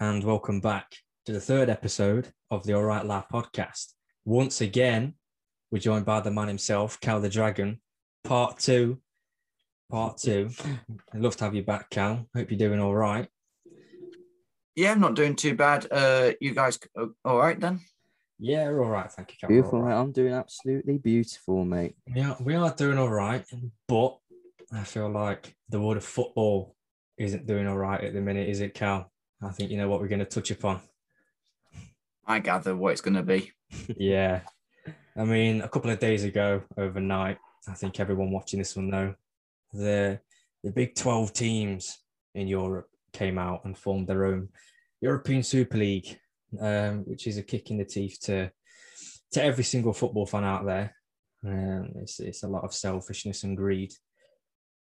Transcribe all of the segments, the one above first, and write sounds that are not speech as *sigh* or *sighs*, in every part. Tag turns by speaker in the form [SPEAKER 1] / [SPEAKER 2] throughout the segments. [SPEAKER 1] welcome back to the third episode of the All Right Live podcast. Once again, we're joined by the man himself, Cal the Dragon, part two. Part two. I'd love to have you back, Cal. Hope you're doing all right.
[SPEAKER 2] Yeah, I'm not doing too bad. Uh, you guys, uh, all right then?
[SPEAKER 1] Yeah, we're all right. Thank you, Cal. We're all
[SPEAKER 3] Beautiful, mate. I'm doing absolutely beautiful, mate. *laughs*
[SPEAKER 1] Yeah, we are doing all right, but I feel like the world of football isn't doing all right at the minute, is it, Cal? I think you know what we're going to touch upon.
[SPEAKER 2] I gather what it's going to be.
[SPEAKER 1] yeah. I mean, a couple of days ago, overnight, I think everyone watching this will know the the Big 12 teams in Europe came out and formed their own European Super League, um, which is a kick in the teeth to to every single football fan out there. Um, it's it's a lot of selfishness and greed.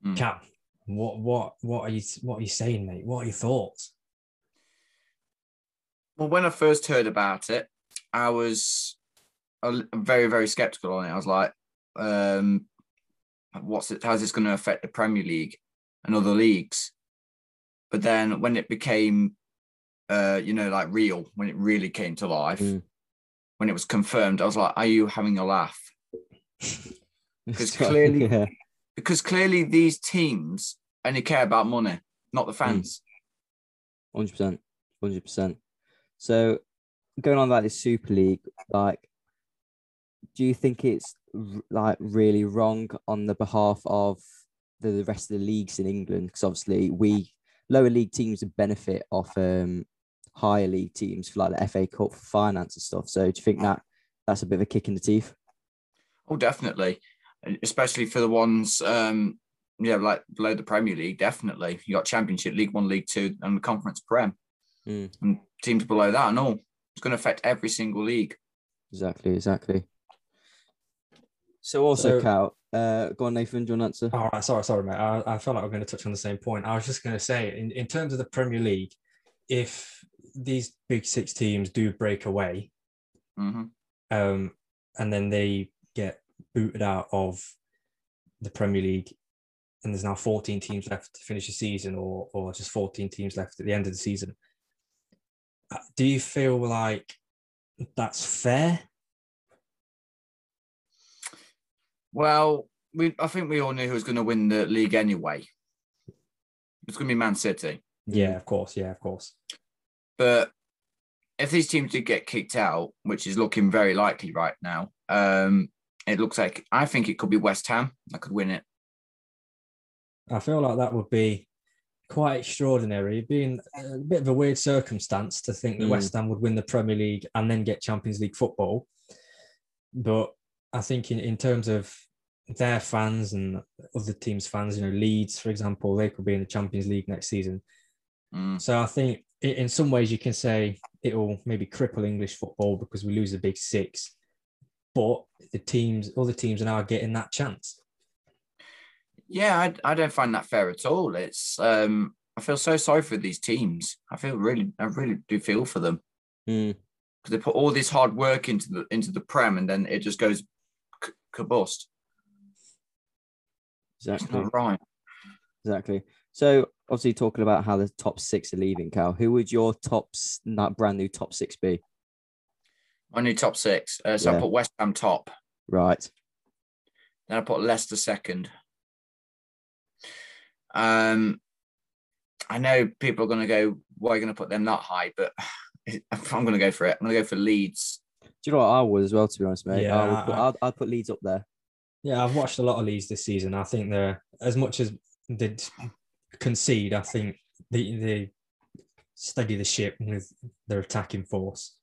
[SPEAKER 2] Mm.
[SPEAKER 1] Cap, what what what are you what are you saying, mate? What are your thoughts?
[SPEAKER 2] Well, when I first heard about it, I was a l- very, very skeptical on it. I was like, um, what's it, how's this going to affect the Premier League and other leagues? But then when it became, uh, you know, like real, when it really came to life,
[SPEAKER 3] Mm.
[SPEAKER 2] when it was confirmed, I was like, are you having a laugh? Because
[SPEAKER 3] So,
[SPEAKER 2] clearly-
[SPEAKER 3] *laughs* yeah.
[SPEAKER 2] Because clearly these teams only care about money, not the fans.
[SPEAKER 3] Hundred percent, hundred percent. So, going on about this Super League, like, do you think it's r- like really wrong on the behalf of the, the rest of the leagues in England? Because obviously, we lower league teams would benefit off um, higher league teams for like the FA Cup for finance and stuff. So, do you think that that's a bit of a kick in the teeth?
[SPEAKER 2] Oh, definitely, And especially for the ones, um, yeah, like below the Premier League. Definitely, you got Championship, League One, League Two, and the Conference Prem,
[SPEAKER 3] Mm.
[SPEAKER 2] and teams below that, and all. It's going to affect every single league.
[SPEAKER 3] Exactly, exactly. So, also, Oh.
[SPEAKER 1] So-
[SPEAKER 3] Cal, uh, go on, Nathan, do you want to answer?
[SPEAKER 1] All right, sorry, sorry, mate. I, I felt like we're going to touch on the same point. I was just going to say, in, in terms of the Premier League, if these big six teams do break away,
[SPEAKER 2] hmm
[SPEAKER 1] um, and then they get booted out of the Premier League, and there's now 14 teams left to finish the season, or or just 14 teams left at the end of the season. uh, Do you feel like that's fair?
[SPEAKER 2] Well, we, I think we all knew who was going to win the league anyway. It's going to be Man City,
[SPEAKER 1] Yeah, of course. Yeah, of course.
[SPEAKER 2] but if these teams did get kicked out, which is looking very likely right now, um, it looks like I think it could be West Ham that could win it.
[SPEAKER 1] I feel like that would be quite extraordinary, being a bit of a weird circumstance to think that
[SPEAKER 3] Mm.
[SPEAKER 1] West Ham would win the Premier League and then get Champions League football. But I think in, in terms of their fans and other teams' fans, you know, Leeds, for example, they could be in the Champions League next season.
[SPEAKER 2] Mm.
[SPEAKER 1] So I think i- in some ways you can say it will maybe cripple English football because we lose the big six. But the teams, other teams are now getting that chance.
[SPEAKER 2] Yeah, I, I don't find that fair at all. It's um, I feel so sorry for these teams. I feel really, I really do feel for them
[SPEAKER 3] Mm,
[SPEAKER 2] because they put all this hard work into the into the prem, and then it just goes c- combust. It's
[SPEAKER 1] Um,
[SPEAKER 3] exactly.
[SPEAKER 2] not right.
[SPEAKER 3] Exactly. So obviously talking about how the top six are leaving, Cal. Who would your top s- that brand new top six be?
[SPEAKER 2] My new top six. Uh, so
[SPEAKER 3] Yeah.
[SPEAKER 2] I put West Ham top,
[SPEAKER 3] Right.
[SPEAKER 2] then I put Leicester second. Um, I know people are going to go, "Why are you going to put them that high?" But *sighs* I'm going to go for it. I'm going to go for Leeds.
[SPEAKER 3] Do you know what I would as well? To be honest, mate. I
[SPEAKER 1] Yeah,
[SPEAKER 3] would put,
[SPEAKER 1] I-
[SPEAKER 3] I'd, I'd put Leeds up there.
[SPEAKER 1] Yeah, I've watched a lot of Leeds this season. I think they're as much as they d- concede. I think they they steady the ship with their attacking force.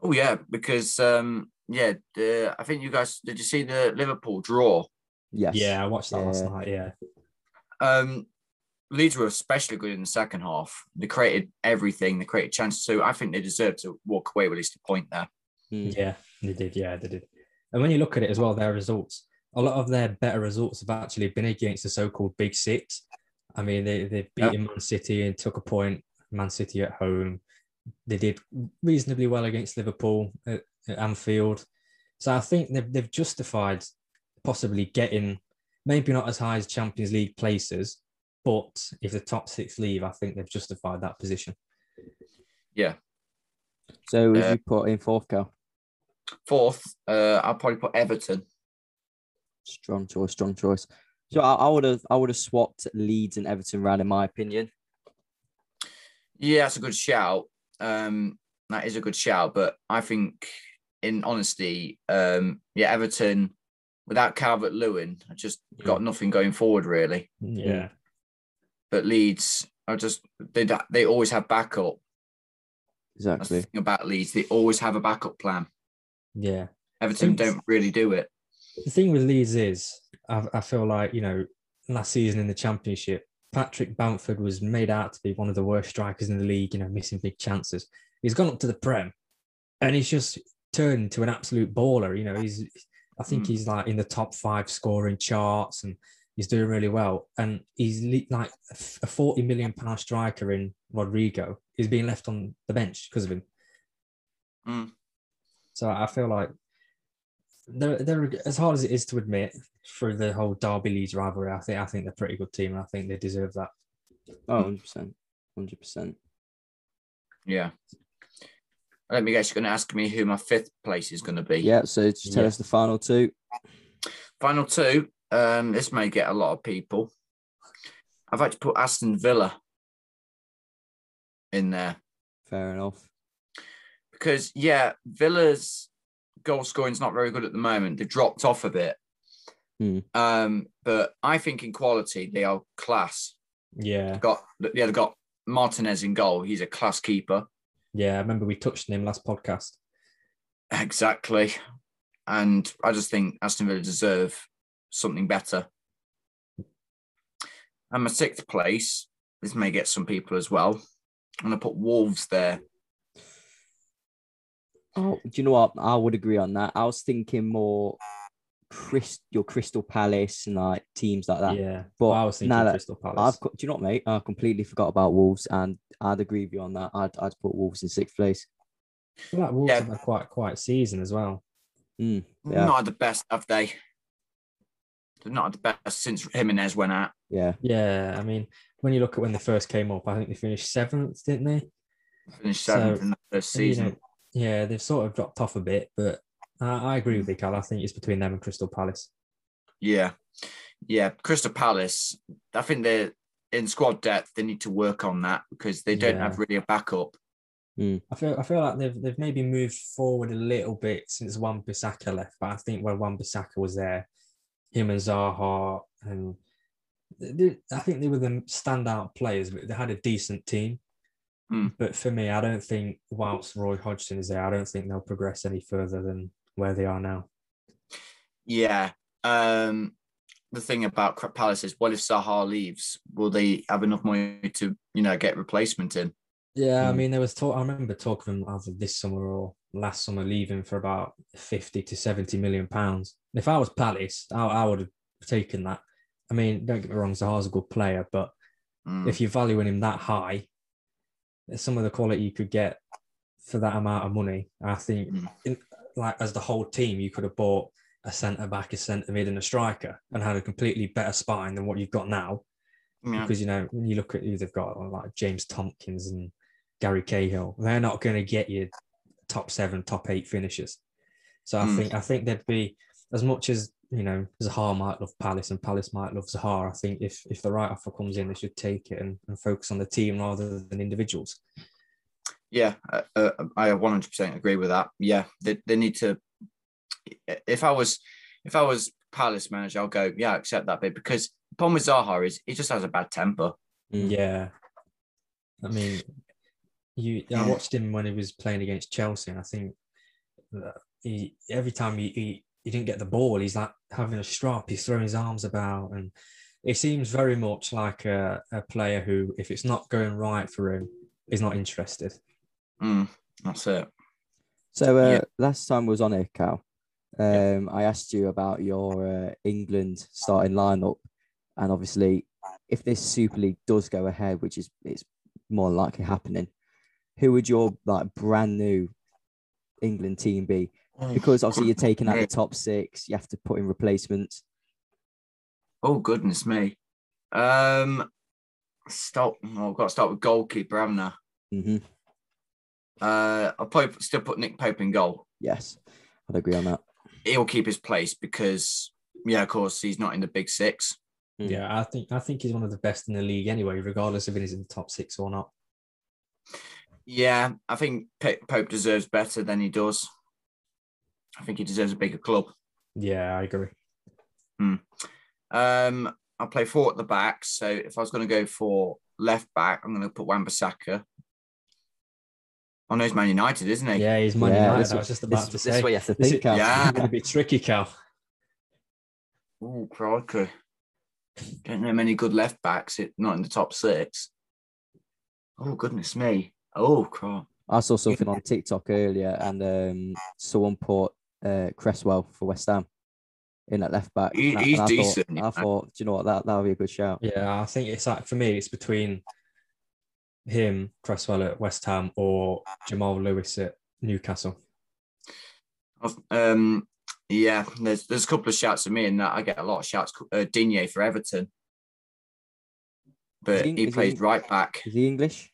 [SPEAKER 2] Oh yeah, because um yeah, the, I think you guys did you see the Liverpool draw?
[SPEAKER 3] Yes.
[SPEAKER 1] Yeah, I watched that last
[SPEAKER 3] Yeah.
[SPEAKER 1] night. Yeah,
[SPEAKER 2] Um Leeds were especially good in the second half. They created everything, they created chances. So I think they deserve to walk away with at least a point there.
[SPEAKER 3] Mm,
[SPEAKER 1] yeah, they did. Yeah, they did. And when you look at it as well, their results. A lot of their better results have actually been against the so-called Big Six. I mean, they they
[SPEAKER 2] Yeah.
[SPEAKER 1] beat Man City and took a point. Man City at home. They did reasonably well against Liverpool at, at Anfield. So I think they've, they've justified possibly getting maybe not as high as Champions League places, but if the top six leave, I think they've justified that position.
[SPEAKER 2] Yeah.
[SPEAKER 3] So would
[SPEAKER 2] Uh,
[SPEAKER 3] you put in fourth Cal?
[SPEAKER 2] Fourth, uh, I'll probably put Everton.
[SPEAKER 3] Strong choice, strong choice. So I, I would have I would have swapped Leeds and Everton round in my opinion.
[SPEAKER 2] Yeah, that's a good shout. Um, that is a good shout, but I think, in honesty, um, yeah, Everton without Calvert Lewin, I just got nothing going forward really.
[SPEAKER 1] Yeah.
[SPEAKER 2] But Leeds, I just they they always have backup. That's the
[SPEAKER 3] Exactly.
[SPEAKER 2] thing about Leeds; they always have a backup plan.
[SPEAKER 1] Yeah.
[SPEAKER 2] Everton
[SPEAKER 1] Thanks.
[SPEAKER 2] don't really do it.
[SPEAKER 1] The thing with Leeds is, I, I feel like, you know, last season in the Championship, Patrick Bamford was made out to be one of the worst strikers in the league, you know, missing big chances. He's gone up to the Prem and he's just turned into an absolute baller. You know, he's, I think
[SPEAKER 2] Mm.
[SPEAKER 1] he's like in the top five scoring charts and he's doing really well. And he's le- like a f- a 40 million pound striker in Rodrigo is being left on the bench because of him.
[SPEAKER 2] Mm.
[SPEAKER 1] So I feel like they're, they're as hard as it is to admit through the whole Derby Leeds rivalry. I think I think they're a pretty good team, and I think they deserve that.
[SPEAKER 3] Oh, 100 percent. Hundred percent.
[SPEAKER 2] Yeah. Let me guess. You're going to ask me who my fifth place is going to be.
[SPEAKER 3] Yeah, so just tell
[SPEAKER 1] Yeah.
[SPEAKER 3] us the final two.
[SPEAKER 2] Final two. Um, this may get a lot of people. I've actually put Aston Villa in there
[SPEAKER 3] Fair enough.
[SPEAKER 2] because yeah, Villa's goal scoring's not very good at the moment. They dropped off a bit.
[SPEAKER 3] Hmm.
[SPEAKER 2] Um, but I think in quality they are class.
[SPEAKER 1] Yeah,
[SPEAKER 2] Got yeah, they've got Martinez in goal. He's a class keeper.
[SPEAKER 1] yeah. I remember we touched on him last podcast.
[SPEAKER 2] Exactly. And I just think Aston Villa deserve something better. And my sixth place, this may get some people as well. I'm going to put Wolves there.
[SPEAKER 3] Oh, do you know what? I would agree on that. I was thinking more Chris, your Crystal Palace and like teams like that.
[SPEAKER 1] yeah,
[SPEAKER 3] but
[SPEAKER 1] I was thinking
[SPEAKER 3] now that
[SPEAKER 1] Crystal Palace.
[SPEAKER 3] I've co- do you know what, mate? I completely forgot about Wolves, and I'd agree with you on that. I'd, I'd put Wolves in sixth place.
[SPEAKER 1] I feel like Wolves
[SPEAKER 2] Yeah.
[SPEAKER 1] have had quite quite season as well.
[SPEAKER 3] Mm, Yeah.
[SPEAKER 2] Not had the best, have they? They've not had the best since Jimenez went out.
[SPEAKER 3] yeah,
[SPEAKER 1] Yeah, I mean, when you look at when they first came up, I think they finished seventh, didn't they?
[SPEAKER 2] Finished
[SPEAKER 1] So,
[SPEAKER 2] seventh in the first
[SPEAKER 1] And, you
[SPEAKER 2] season.
[SPEAKER 1] know, yeah, they've sort of dropped off a bit, but I, I agree
[SPEAKER 3] Mm.
[SPEAKER 1] with you, Cal. I think it's between them and Crystal Palace.
[SPEAKER 2] Yeah. Yeah. Crystal Palace, I think they're in squad depth. They need to work on that because they don't
[SPEAKER 1] Yeah.
[SPEAKER 2] have really a backup.
[SPEAKER 1] I feel I feel like they've they've maybe moved forward a little bit since Wan Bissaka left, but I think when Wan Bissaka was there, him and Zaha and th- th- I think they were the standout players, but they had a decent team.
[SPEAKER 2] Mm.
[SPEAKER 1] But for me, I don't think whilst Roy Hodgson is there, I don't think they'll progress any further than where they are now.
[SPEAKER 2] Yeah. Um, the thing about Cra- Palace is, what if Zaha leaves? Will they have enough money to, you know, get replacement in?
[SPEAKER 1] Yeah, I
[SPEAKER 3] Mm.
[SPEAKER 1] mean, there was talk. I remember talk of him either this summer or last summer leaving for about fifty to seventy million pounds. If I was Palace, I, I would have taken that. I mean, don't get me wrong, Zaha's a good player, but
[SPEAKER 2] Mm.
[SPEAKER 1] if you're valuing him that high, some of the quality you could get for that amount of money, I think,
[SPEAKER 2] Mm.
[SPEAKER 1] in, like as the whole team, you could have bought a centre back, a centre mid, and a striker, and had a completely better spine than what you've got now.
[SPEAKER 2] Yeah.
[SPEAKER 1] Because you know, when you look at who they've got, like James Tompkins and Gary Cahill, they're not going to get you top seven, top eight finishes. So I
[SPEAKER 2] Mm.
[SPEAKER 1] think I think there'd be as much as you know, Zaha might love Palace and Palace might love Zaha. I think if if the right offer comes in, they should take it and, and focus on the team rather than individuals.
[SPEAKER 2] Yeah, uh, uh, I 100% agree with that. Yeah, they, they need to. If I was, if I was Palace manager, I'll go. Yeah, I accept that bit because the problem with Zaha is he just has a bad temper.
[SPEAKER 3] Mm.
[SPEAKER 1] Yeah, I mean, you. I
[SPEAKER 2] Yeah.
[SPEAKER 1] watched him when he was playing against Chelsea, and I think that he every time he, he he didn't get the ball, he's like having a strop. He's throwing his arms about, and it seems very much like a, a player who, if it's not going right for him, is not interested.
[SPEAKER 2] Mm, that's it.
[SPEAKER 3] So uh,
[SPEAKER 2] Yeah.
[SPEAKER 3] last time was on here, Cal. Um, I asked you about your uh, England starting lineup, and obviously, if this Super League does go ahead, which is it's more than likely happening, who would your like brand new England team be? Because obviously you're taking out the top six, you have to put in replacements.
[SPEAKER 2] Oh goodness me. Um, stop. Oh, I've got to start with goalkeeper, haven't I?
[SPEAKER 3] hmm
[SPEAKER 2] Uh, I'll probably put- still put Nick Pope in goal.
[SPEAKER 3] Yes, I'd agree on that.
[SPEAKER 2] He'll keep his place because, yeah, of course, he's not in the big six.
[SPEAKER 3] Mm.
[SPEAKER 1] Yeah, I think I think he's one of the best in the league anyway, regardless if he's in the top six or not.
[SPEAKER 2] Yeah, I think P- Pope deserves better than he does. I think he deserves a bigger club.
[SPEAKER 1] Yeah, I agree.
[SPEAKER 2] Um, I play four at the back. So if I was going to go for left back, I'm going to put Wan-Bissaka. Oh no, he's Man United, isn't he?
[SPEAKER 1] Yeah, he's Man
[SPEAKER 3] Yeah,
[SPEAKER 1] United.
[SPEAKER 3] this
[SPEAKER 1] I
[SPEAKER 3] one-
[SPEAKER 1] was just
[SPEAKER 3] This,
[SPEAKER 1] about to
[SPEAKER 3] this
[SPEAKER 1] say.
[SPEAKER 3] is what you have to
[SPEAKER 1] This is-
[SPEAKER 3] think of.
[SPEAKER 2] yeah.
[SPEAKER 1] It's going to be tricky, Cal.
[SPEAKER 2] Oh, crikey. Don't know many good left backs, it, not in the top six. Oh, goodness me. Oh, crap.
[SPEAKER 3] *laughs* I saw something on TikTok earlier, and um, someone put uh, Cresswell for West Ham in at left back.
[SPEAKER 2] He-
[SPEAKER 3] and I-
[SPEAKER 2] he's
[SPEAKER 3] and I
[SPEAKER 2] decent,
[SPEAKER 3] Thought,
[SPEAKER 2] yeah.
[SPEAKER 3] I thought, do you know what? That that would be a good shout.
[SPEAKER 1] Yeah, I think it's like for me, it's between him, Cresswell at West Ham, or Jamal Lewis at Newcastle.
[SPEAKER 2] Um, yeah, there's there's a couple of shouts for me, and I get a lot of shouts. Uh, Digne for Everton, but
[SPEAKER 3] Is he-
[SPEAKER 2] he
[SPEAKER 3] is
[SPEAKER 2] plays
[SPEAKER 3] he-
[SPEAKER 2] right back.
[SPEAKER 3] Is he English?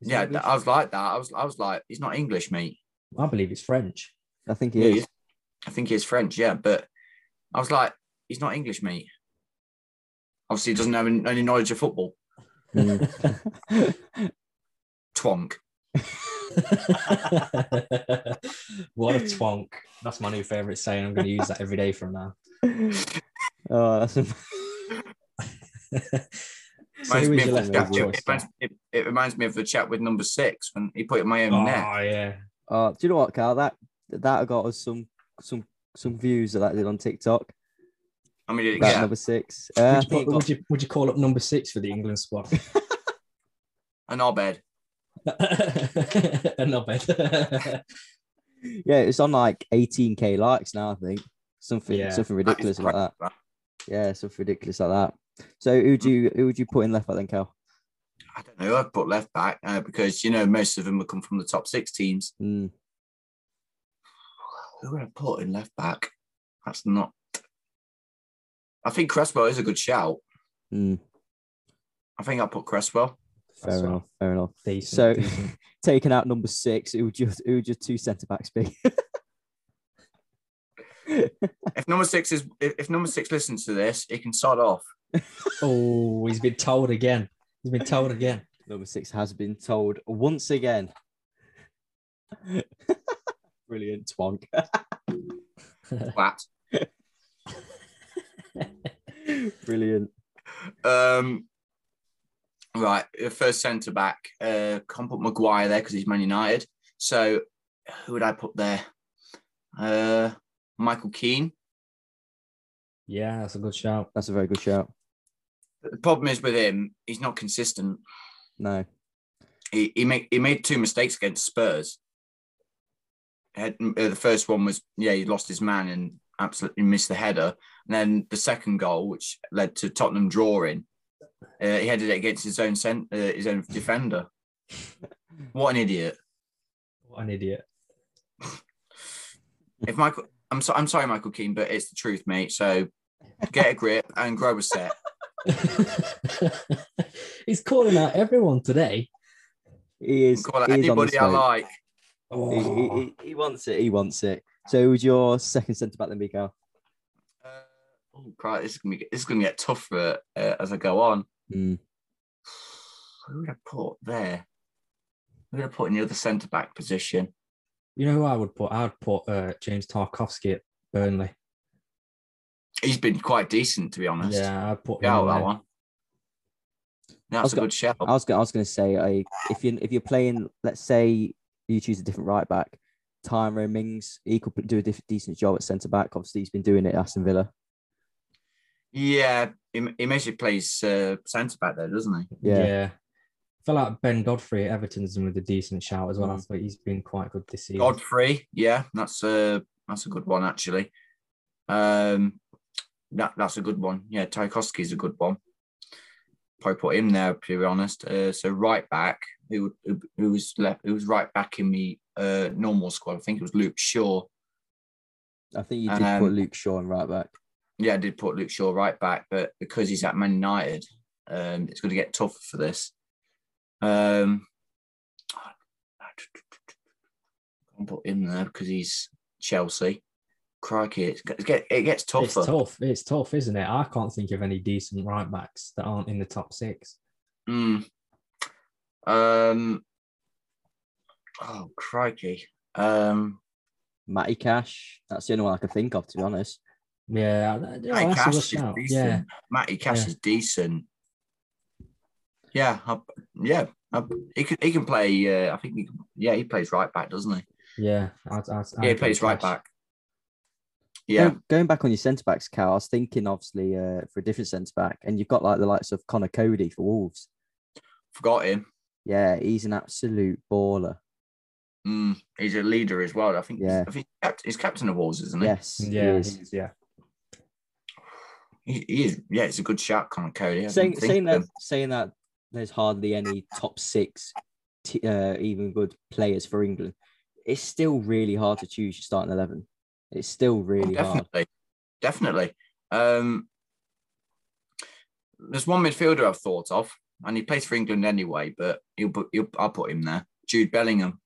[SPEAKER 3] Is he
[SPEAKER 2] Yeah,
[SPEAKER 3] English?
[SPEAKER 2] I was like that. I was I was like, he's not English, mate.
[SPEAKER 1] I believe it's French.
[SPEAKER 3] I think he
[SPEAKER 2] Yeah,
[SPEAKER 3] is.
[SPEAKER 2] he's- I think he's French. Yeah, but I was like, he's not English, mate. Obviously, he doesn't have any any knowledge of football.
[SPEAKER 3] Mm.
[SPEAKER 2] Twonk.
[SPEAKER 1] *laughs* what a twonk. That's my new favourite saying. I'm going to use that every day from
[SPEAKER 2] *laughs*
[SPEAKER 1] now.
[SPEAKER 3] *laughs* oh, that's
[SPEAKER 1] so who
[SPEAKER 2] me
[SPEAKER 1] is your
[SPEAKER 2] of the
[SPEAKER 1] left
[SPEAKER 2] chat-
[SPEAKER 1] back
[SPEAKER 2] it-
[SPEAKER 1] choice?
[SPEAKER 2] it, reminds, it, it reminds me of the chat with number six when he put it in my own
[SPEAKER 1] Oh,
[SPEAKER 2] net.
[SPEAKER 1] yeah.
[SPEAKER 3] *laughs* Oh, do you know what, Carl? That that got us some some some views that that did on TikTok.
[SPEAKER 2] I mean, it-
[SPEAKER 3] About
[SPEAKER 2] yeah,
[SPEAKER 3] number six. Uh, I
[SPEAKER 1] would, you,
[SPEAKER 3] think
[SPEAKER 1] put-
[SPEAKER 3] it got,
[SPEAKER 1] would, you, would you call up number six for the England squad? *laughs*
[SPEAKER 2] an Obed.
[SPEAKER 1] Not *laughs* bad.
[SPEAKER 3] yeah, it's on like 18k likes now. I think something
[SPEAKER 1] Yeah.
[SPEAKER 3] something
[SPEAKER 2] That is
[SPEAKER 3] ridiculous like that.
[SPEAKER 2] crap.
[SPEAKER 3] Yeah, something ridiculous like that. So who do you who would you put in left back then, Cal?
[SPEAKER 2] I don't know. I've put left back uh, because you know most of them have come from the top six teams.
[SPEAKER 3] Mm,
[SPEAKER 2] Who would I put in left back? That's not. I think Cresswell is a good shout.
[SPEAKER 3] mm,
[SPEAKER 2] I think I'll put Cresswell.
[SPEAKER 3] fair
[SPEAKER 1] That's
[SPEAKER 3] enough. Fair enough.
[SPEAKER 1] Decent,
[SPEAKER 3] So-
[SPEAKER 1] decent.
[SPEAKER 3] Taking out number six, who would just who would your two centre backs be? *laughs*
[SPEAKER 2] If number six is if, if number six listens to this, he can sod off.
[SPEAKER 1] Oh, he's been told again. He's been told again.
[SPEAKER 3] number six has been told once again. *laughs* Brilliant twonk. *laughs*
[SPEAKER 2] Flat.
[SPEAKER 3] Brilliant.
[SPEAKER 2] Um, right, uh, first centre back. Uh, can't put Maguire there because he's Man United. So who would I put there? Uh, Michael Keane.
[SPEAKER 1] Yeah, that's a good shout.
[SPEAKER 3] That's a very good shout.
[SPEAKER 2] But The problem is with him, he's not consistent.
[SPEAKER 3] No.
[SPEAKER 2] He he made he made two mistakes against Spurs. Had, uh, the first one was yeah he lost his man and absolutely missed the header, and then the second goal which led to Tottenham drawing. Uh, he headed it against his own cent- uh, his own defender. What an idiot!
[SPEAKER 1] What an idiot. *laughs*
[SPEAKER 2] if Michael, I'm so, I'm sorry, Michael Keane, but it's the truth, mate. So get a grip and grow a set.
[SPEAKER 1] he's calling out everyone today.
[SPEAKER 3] He is.
[SPEAKER 2] Call out
[SPEAKER 3] he is on the
[SPEAKER 2] anybody I
[SPEAKER 3] stage.
[SPEAKER 2] like.
[SPEAKER 3] He, he,
[SPEAKER 1] Oh,
[SPEAKER 3] he, he wants it. He wants it. So who's your second centre back then, Miguel?
[SPEAKER 2] Uh, oh, crap, this is gonna be, this is gonna get tougher uh, as I go on.
[SPEAKER 3] Mm.
[SPEAKER 2] Who would I put there? Who would I put in the other centre back position?
[SPEAKER 1] you know who I would put? I would put uh, James Tarkovsky at Burnley.
[SPEAKER 2] He's been quite decent, to be honest.
[SPEAKER 1] Yeah, I'd put him
[SPEAKER 2] yeah,
[SPEAKER 1] in
[SPEAKER 2] that
[SPEAKER 1] there.
[SPEAKER 2] one. That's a
[SPEAKER 3] got-
[SPEAKER 2] good shout.
[SPEAKER 3] I was. gonna- I was going to say, like, if you if you're playing, let's say you choose a different right back, Tyrone Mings, he could do a diff- decent job at centre back. Obviously, he's been doing it at Aston Villa.
[SPEAKER 2] Yeah, he, he mostly plays uh, centre back there, doesn't he?
[SPEAKER 3] Yeah.
[SPEAKER 1] I feel like Ben Godfrey at Everton's in with a decent shout as well. I
[SPEAKER 3] Mm.
[SPEAKER 1] thought he's been quite good this season.
[SPEAKER 2] Godfrey, yeah, that's a that's a good one actually. Um, that that's a good one. Yeah, Tchaikovsky's a good one. Probably put him there to be honest. Uh, so right back, who who- who was left, who was right back in the uh, normal squad? I think it was Luke Shaw.
[SPEAKER 3] I think you did put
[SPEAKER 2] Um,
[SPEAKER 3] Luke Shaw in right back.
[SPEAKER 2] Yeah, I did put Luke Shaw right back, but because he's at Man United, um, it's going to get tougher for this. Um, I'll put him there because he's Chelsea. Crikey, it's, it, get, it gets tougher.
[SPEAKER 1] It's tough. It's tough, isn't it? I can't think of any decent right backs that aren't in the top six.
[SPEAKER 2] Mm. Um. Oh crikey. Um.
[SPEAKER 3] Matty Cash. That's the only one I can think of, to be honest.
[SPEAKER 1] Yeah, that- yeah,
[SPEAKER 2] Matty
[SPEAKER 1] that's a
[SPEAKER 2] Cash
[SPEAKER 1] good
[SPEAKER 2] is
[SPEAKER 1] shout.
[SPEAKER 2] decent.
[SPEAKER 1] Yeah,
[SPEAKER 2] Matty Cash
[SPEAKER 1] Yeah.
[SPEAKER 2] is decent. Yeah. I, yeah. I, he can. He can play. Uh, I think. He can, yeah, he plays right back, doesn't he?
[SPEAKER 1] yeah. I, I, I
[SPEAKER 2] yeah, he plays right
[SPEAKER 1] Cash.
[SPEAKER 2] back. Yeah.
[SPEAKER 3] Going, going back on your centre backs, Cal, I was thinking obviously uh, for a different centre back, and you've got like the likes of Connor Cody for Wolves.
[SPEAKER 2] Forgot him.
[SPEAKER 3] Yeah, he's an absolute baller.
[SPEAKER 2] Mm, he's a leader as well. I think.
[SPEAKER 3] Yeah.
[SPEAKER 2] I think he's capt- he's captain of Wolves, isn't he?
[SPEAKER 3] Yes, he
[SPEAKER 1] Yeah,
[SPEAKER 3] is.
[SPEAKER 1] he's- yeah.
[SPEAKER 2] He, he is. Yeah, it's a good shout, Connor Cody. I didn't
[SPEAKER 3] saying,
[SPEAKER 2] think
[SPEAKER 3] saying
[SPEAKER 2] of
[SPEAKER 3] that
[SPEAKER 2] him.
[SPEAKER 3] saying that there's hardly any top six t- uh, even good players for England. It's still really hard to choose your starting eleven. It's
[SPEAKER 2] Oh,
[SPEAKER 3] still really hard.
[SPEAKER 2] definitely, definitely. Um, there's one midfielder I've thought of, and he plays for England anyway. But he'll, put- he'll I'll put him there. Jude Bellingham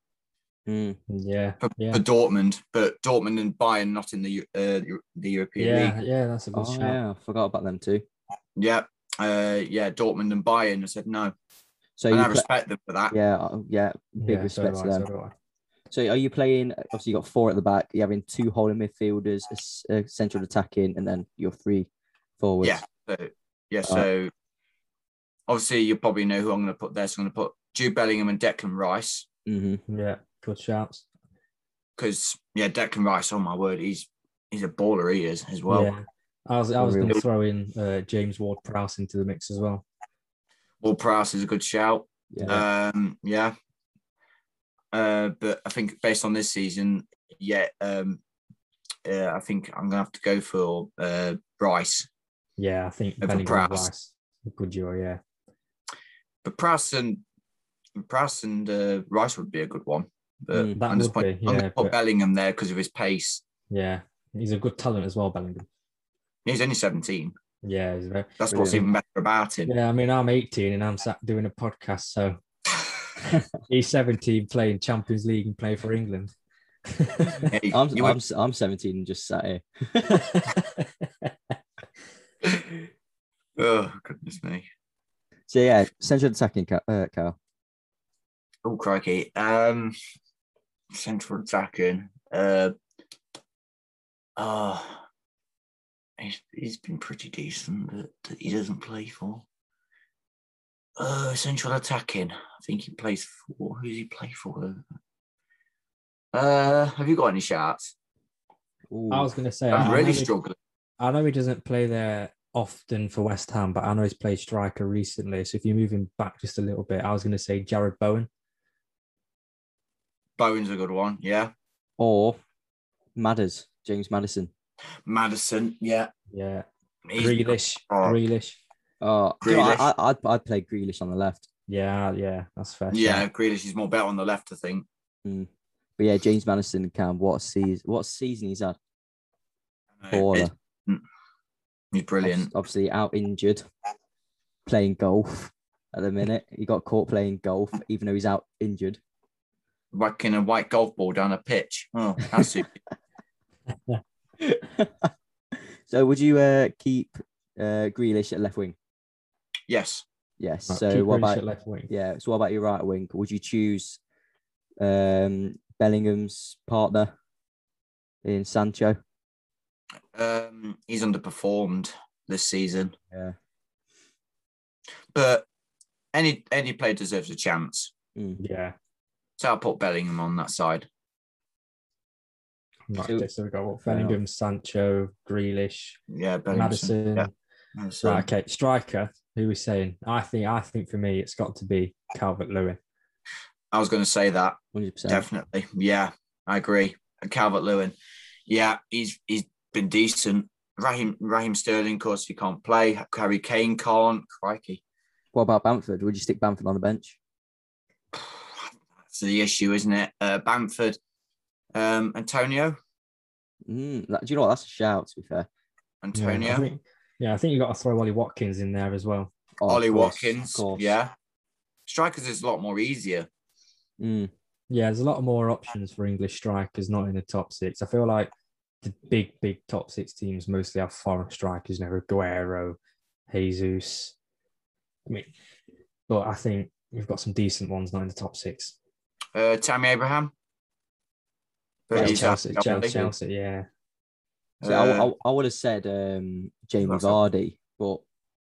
[SPEAKER 3] Mm,
[SPEAKER 1] Yeah,
[SPEAKER 2] for,
[SPEAKER 1] yeah,
[SPEAKER 2] for Dortmund, but Dortmund and Bayern not in the Eu- uh, Eu- the European
[SPEAKER 1] yeah,
[SPEAKER 2] League.
[SPEAKER 1] yeah. That's a good
[SPEAKER 3] Oh
[SPEAKER 1] shout.
[SPEAKER 3] yeah, I forgot about them too.
[SPEAKER 2] Yeah, uh, yeah. Dortmund and Bayern. I said no,
[SPEAKER 3] So
[SPEAKER 2] and
[SPEAKER 3] you
[SPEAKER 2] I
[SPEAKER 3] pla-
[SPEAKER 2] respect them for that.
[SPEAKER 3] yeah, uh, yeah, big
[SPEAKER 1] Yeah, so do
[SPEAKER 3] respect
[SPEAKER 1] I,
[SPEAKER 3] to them.
[SPEAKER 1] so do I.
[SPEAKER 3] So are you playing? Obviously, you got four at the back. You're having two holding midfielders, a s- a, central attacking, and then your three forwards.
[SPEAKER 2] Yeah. So yeah,
[SPEAKER 3] All
[SPEAKER 2] so obviously you probably know who I'm going to put there. So I'm going to put Jude Bellingham and Declan Rice
[SPEAKER 3] hmm
[SPEAKER 1] Yeah, good shouts.
[SPEAKER 2] because yeah, Declan Rice. Oh my word, he's he's a baller. He is as well.
[SPEAKER 1] yeah. I was, I was going to
[SPEAKER 3] Unreal.
[SPEAKER 1] throw in uh, James Ward Prowse into the mix as well.
[SPEAKER 2] Will Prowse is a good shout.
[SPEAKER 3] Yeah.
[SPEAKER 2] Um, yeah. Uh, but I think based on this season, yeah, um, uh, I think I'm going to have to go for uh, Rice.
[SPEAKER 1] Yeah, I think
[SPEAKER 2] Over
[SPEAKER 1] Bellingham and
[SPEAKER 2] Prowse.
[SPEAKER 1] Rice, a good duo. Yeah,
[SPEAKER 2] But Prowse and Prowse and uh, Rice would be a good one. But
[SPEAKER 3] Mm,
[SPEAKER 1] that
[SPEAKER 2] I'm just
[SPEAKER 1] would
[SPEAKER 2] putting,
[SPEAKER 1] be.
[SPEAKER 2] I'm
[SPEAKER 1] Yeah,
[SPEAKER 2] going to put
[SPEAKER 1] but-
[SPEAKER 2] Bellingham there because of his pace.
[SPEAKER 1] yeah. He's a good talent as well, Bellingham.
[SPEAKER 2] He's only 17.
[SPEAKER 1] Yeah, he's very.
[SPEAKER 2] That's what's
[SPEAKER 3] Brilliant.
[SPEAKER 2] even better about *laughs* him.
[SPEAKER 1] Yeah, I mean, I'm 18 and I'm sat doing a podcast, so he's 17 playing Champions League and playing for England. *laughs*
[SPEAKER 2] Yeah, you-
[SPEAKER 3] I'm,
[SPEAKER 2] you
[SPEAKER 3] I'm,
[SPEAKER 2] won't-
[SPEAKER 3] s- I'm 17 and just sat here.
[SPEAKER 2] *laughs* oh, goodness me.
[SPEAKER 3] So yeah, central attacking, Ca- uh, Cal.
[SPEAKER 2] Oh, crikey. Um, central attacking. Uh, oh, he's, he's been pretty decent, but that he doesn't play for. Uh, central attacking. I think he plays for. Who does he play for? Uh, have you got any shouts?
[SPEAKER 3] Ooh.
[SPEAKER 1] I was going to say, I-
[SPEAKER 2] I'm
[SPEAKER 1] I
[SPEAKER 2] really
[SPEAKER 1] know he-
[SPEAKER 2] struggling.
[SPEAKER 1] I know he doesn't play there often for West Ham, but I know he's played striker recently. So if you move him back just a little bit, I was going to say Jared Bowen.
[SPEAKER 2] Bowen's a good one. Yeah.
[SPEAKER 3] or Madders, James Madison.
[SPEAKER 2] Madison. Yeah.
[SPEAKER 1] Yeah,
[SPEAKER 2] He's-
[SPEAKER 1] Grealish,
[SPEAKER 2] Oh.
[SPEAKER 1] Grealish.
[SPEAKER 3] Oh, do you know,
[SPEAKER 2] Grealish.
[SPEAKER 3] I, I, I'd, I'd play Grealish on the left.
[SPEAKER 1] Yeah, yeah, that's fair.
[SPEAKER 2] Yeah, Grealish is more better on the left, I think.
[SPEAKER 3] Hmm. But yeah, James Madison, Cam, what season, what season he's had?
[SPEAKER 2] He's-
[SPEAKER 3] Baller.
[SPEAKER 2] He's brilliant.
[SPEAKER 3] Obs- Obviously out injured, playing golf at the minute. He got caught playing golf, even though he's out injured.
[SPEAKER 2] Whacking a white golf ball down a pitch. Oh,
[SPEAKER 1] *laughs*
[SPEAKER 2] that's it.
[SPEAKER 3] so would you uh, keep uh, Grealish at left wing?
[SPEAKER 2] yes.
[SPEAKER 3] Yes.
[SPEAKER 1] Right,
[SPEAKER 3] so
[SPEAKER 1] Uh, keep
[SPEAKER 3] what
[SPEAKER 1] Grealish
[SPEAKER 3] about
[SPEAKER 1] at left wing?
[SPEAKER 3] yeah? So what about your right wing? Would you choose um, Bellingham's partner in Sancho?
[SPEAKER 2] Um, he's underperformed this season.
[SPEAKER 3] Yeah.
[SPEAKER 2] But any any player deserves a chance.
[SPEAKER 3] Mm.
[SPEAKER 1] Yeah,
[SPEAKER 2] So I'll put Bellingham on that side.
[SPEAKER 1] right.
[SPEAKER 3] So-
[SPEAKER 1] So, we've got what, Bellingham, Sancho, Grealish,
[SPEAKER 2] Yeah, Bellingham.
[SPEAKER 1] Madison.
[SPEAKER 2] Yeah, Madison.
[SPEAKER 1] Right, okay, striker. Who we saying? I think, I think for me, it's got to be Calvert Lewin.
[SPEAKER 2] I was going to say that.
[SPEAKER 3] 100%.
[SPEAKER 2] Definitely. Yeah, I agree. And Calvert Lewin. Yeah, he's he's been decent. Raheem Raheem Sterling, of course, he can't play. Harry Kane can't. Crikey.
[SPEAKER 3] What about Bamford? Would you stick Bamford on the bench?
[SPEAKER 2] That's the issue, isn't it? Uh, Bamford, um, Antonio,
[SPEAKER 3] Mm, that, do you know what? That's a shout, to be fair.
[SPEAKER 1] Yeah, I
[SPEAKER 2] Antonio,
[SPEAKER 1] think, yeah, I think you got to throw Ollie Watkins in there as well.
[SPEAKER 3] Oh, of
[SPEAKER 2] Ollie
[SPEAKER 3] course, of
[SPEAKER 2] Watkins.
[SPEAKER 3] course.
[SPEAKER 2] Yeah. Strikers is a lot more easier.
[SPEAKER 3] Mm,
[SPEAKER 1] yeah, there's a lot more options for English strikers not in the top six. I feel like the big, big top six teams mostly have foreign strikers now, Guerrero, Jesus. I mean, but I think we've got some decent ones not in the top six.
[SPEAKER 2] Uh, Tammy Abraham.
[SPEAKER 1] Yeah,
[SPEAKER 2] He's
[SPEAKER 1] Chelsea,
[SPEAKER 2] out,
[SPEAKER 1] Chelsea,
[SPEAKER 2] obviously.
[SPEAKER 1] Chelsea, yeah.
[SPEAKER 3] So I,
[SPEAKER 2] Uh,
[SPEAKER 3] I, I would have said um, Jamie
[SPEAKER 2] That's it.
[SPEAKER 3] Vardy, but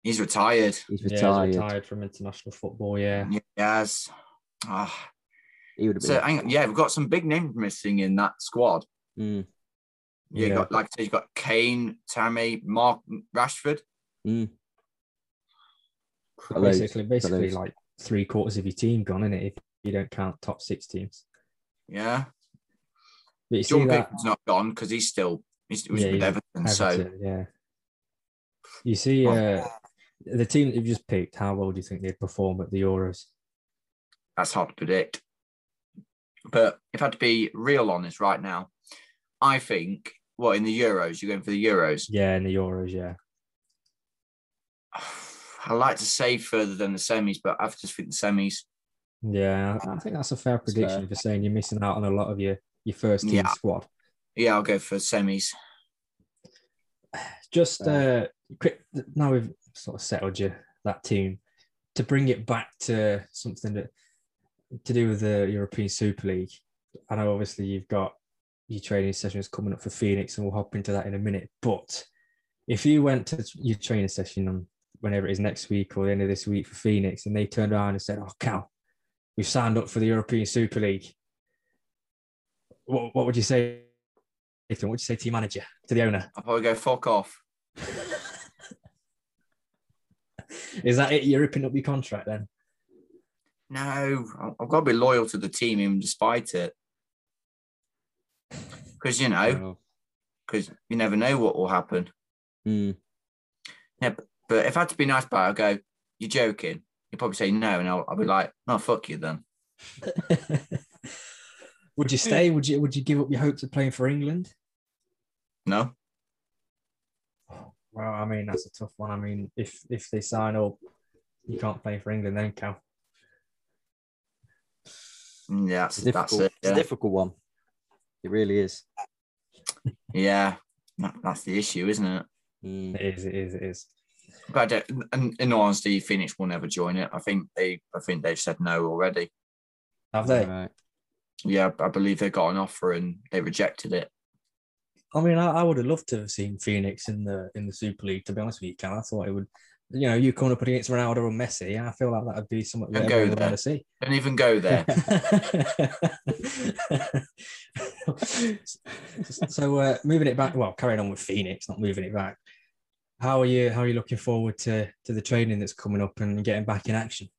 [SPEAKER 2] He's retired.
[SPEAKER 3] he's
[SPEAKER 1] Yeah, he's
[SPEAKER 3] retired.
[SPEAKER 1] retired from international football, yeah.
[SPEAKER 2] Yes. Ah,
[SPEAKER 3] He would have
[SPEAKER 2] so
[SPEAKER 3] been.
[SPEAKER 2] hang on. yeah, we've got some big names missing in that squad.
[SPEAKER 3] Mm,
[SPEAKER 2] Yeah,
[SPEAKER 1] Yeah.
[SPEAKER 2] You've got like I said, you've got Kane, Tammy, Mark, Rashford.
[SPEAKER 3] mm. Got loads,
[SPEAKER 1] Basically,
[SPEAKER 3] got
[SPEAKER 1] basically
[SPEAKER 3] loads.
[SPEAKER 1] like three quarters of your team gone, in it, if you don't count top six teams.
[SPEAKER 2] Yeah,
[SPEAKER 1] But you see
[SPEAKER 2] John
[SPEAKER 1] that
[SPEAKER 2] Pickford's not gone because he's still he's, he's
[SPEAKER 1] Yeah,
[SPEAKER 2] with
[SPEAKER 1] he's
[SPEAKER 2] Everton, So
[SPEAKER 1] Everton, yeah. You see uh, the team that you've just picked, how well do you think they'd perform at the Euros?
[SPEAKER 2] that's hard to predict. But if I had to be real honest right now, I think well in the Euros, you're going for the Euros. *sighs*
[SPEAKER 1] Yeah, in the Euros, yeah.
[SPEAKER 2] I like to say further than the semis, but I just think the semis.
[SPEAKER 1] Yeah, I I think that's a fair
[SPEAKER 3] That's
[SPEAKER 1] prediction
[SPEAKER 3] fair.
[SPEAKER 1] if you're saying you're missing out on a lot of your, your first team
[SPEAKER 2] Yeah.
[SPEAKER 1] squad.
[SPEAKER 2] Yeah, I'll go for semis.
[SPEAKER 1] Just
[SPEAKER 3] Fair.
[SPEAKER 1] uh, quick, now we've sort of settled you, that team, to bring it back to something that to do with the European Super League. I know obviously you've got your training sessions coming up for Phoenix, and we'll hop into that in a minute. But if you went to your training session on whenever it is next week or the end of this week for Phoenix, and they turned around and said, "Oh, Cal, we've signed up for the European Super League," what, what would you say? to them? What would you say to your manager, to the owner?
[SPEAKER 2] I'll probably go fuck off.
[SPEAKER 1] Is that it? You're ripping up your contract then? *laughs*
[SPEAKER 2] No, I- I've got to be loyal to the team, even despite it. Because you know,
[SPEAKER 3] Fair
[SPEAKER 2] because you never know what will happen.
[SPEAKER 3] enough. Mm,
[SPEAKER 2] But if I had to be nice about it, I'll go, You're joking. You'll probably say no. And I'll, I'll be like, Oh, fuck you then.
[SPEAKER 1] would you stay? Would you would you give up your hopes of playing for England?
[SPEAKER 2] No.
[SPEAKER 1] Well, I mean that's a tough one. I mean, if if they sign up, you can't play for England then, Cal.
[SPEAKER 2] Mm, Yeah, that's,
[SPEAKER 3] it's
[SPEAKER 2] that's
[SPEAKER 3] difficult.
[SPEAKER 2] it.
[SPEAKER 3] It's a
[SPEAKER 2] Yeah.
[SPEAKER 3] difficult one. It really is.
[SPEAKER 2] yeah. That, that's the issue, isn't it?
[SPEAKER 3] Mm.
[SPEAKER 1] It is, it is, it is.
[SPEAKER 2] But I don't, and in all honesty, Phoenix will never join it. I think they, I think they've said no already.
[SPEAKER 1] Have they?
[SPEAKER 3] Right.
[SPEAKER 2] Yeah, I believe they got an offer and they rejected it.
[SPEAKER 1] I mean, I, I would have loved to have seen Phoenix in the in the Super League. To be honest with you, Cal, I thought it would. You know, you coming up against Ronaldo or Messi, and I feel like that would be something that
[SPEAKER 2] Don't go
[SPEAKER 1] everyone would
[SPEAKER 2] there.
[SPEAKER 1] want to see.
[SPEAKER 2] Don't even
[SPEAKER 1] *laughs*
[SPEAKER 2] go there.
[SPEAKER 1] *laughs* so uh, moving it back, well, carrying on with Phoenix, not moving it back. How are you? How are you looking forward to to the training that's coming up and getting back in action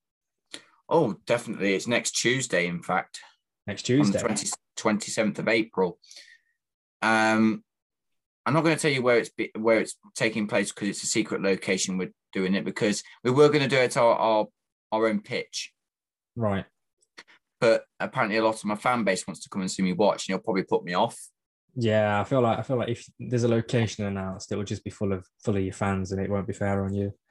[SPEAKER 2] oh, definitely. It's next Tuesday, in fact.
[SPEAKER 1] next Tuesday?
[SPEAKER 2] on the 20, 27th of April. Um, I'm not going to tell you where it's be, where it's taking place because it's a secret location. We're doing it because we were going to do it at our, our our own pitch,
[SPEAKER 1] Right.
[SPEAKER 2] but apparently a lot of my fan base wants to come and see me watch, and you'll probably put me off.
[SPEAKER 1] Yeah, I feel like I feel like if there's a location announced, it will just be full of full of your fans, and it won't be fair on you. *laughs*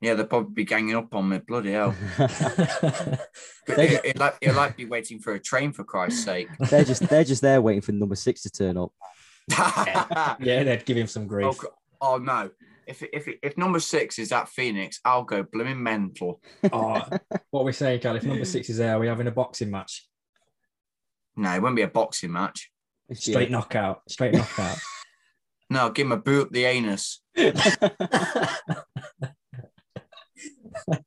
[SPEAKER 2] Yeah, they'll probably be ganging up on me. Bloody
[SPEAKER 3] *laughs*
[SPEAKER 2] hell! But
[SPEAKER 3] They-
[SPEAKER 2] it, will like it'll like be waiting for a train for Christ's sake. *laughs*
[SPEAKER 3] they're just they're just there waiting for number six to turn up.
[SPEAKER 2] oh,
[SPEAKER 1] yeah, they'd give him some grief.
[SPEAKER 2] God. oh no! If if if number six is that Phoenix, I'll go blooming mental.
[SPEAKER 1] Oh, what we're saying, Cal, if number six is there, we're having a boxing match,
[SPEAKER 2] No, it won't be a boxing match.
[SPEAKER 1] straight knockout, straight
[SPEAKER 2] *laughs*
[SPEAKER 1] knockout.
[SPEAKER 2] No, give him a boot up the anus.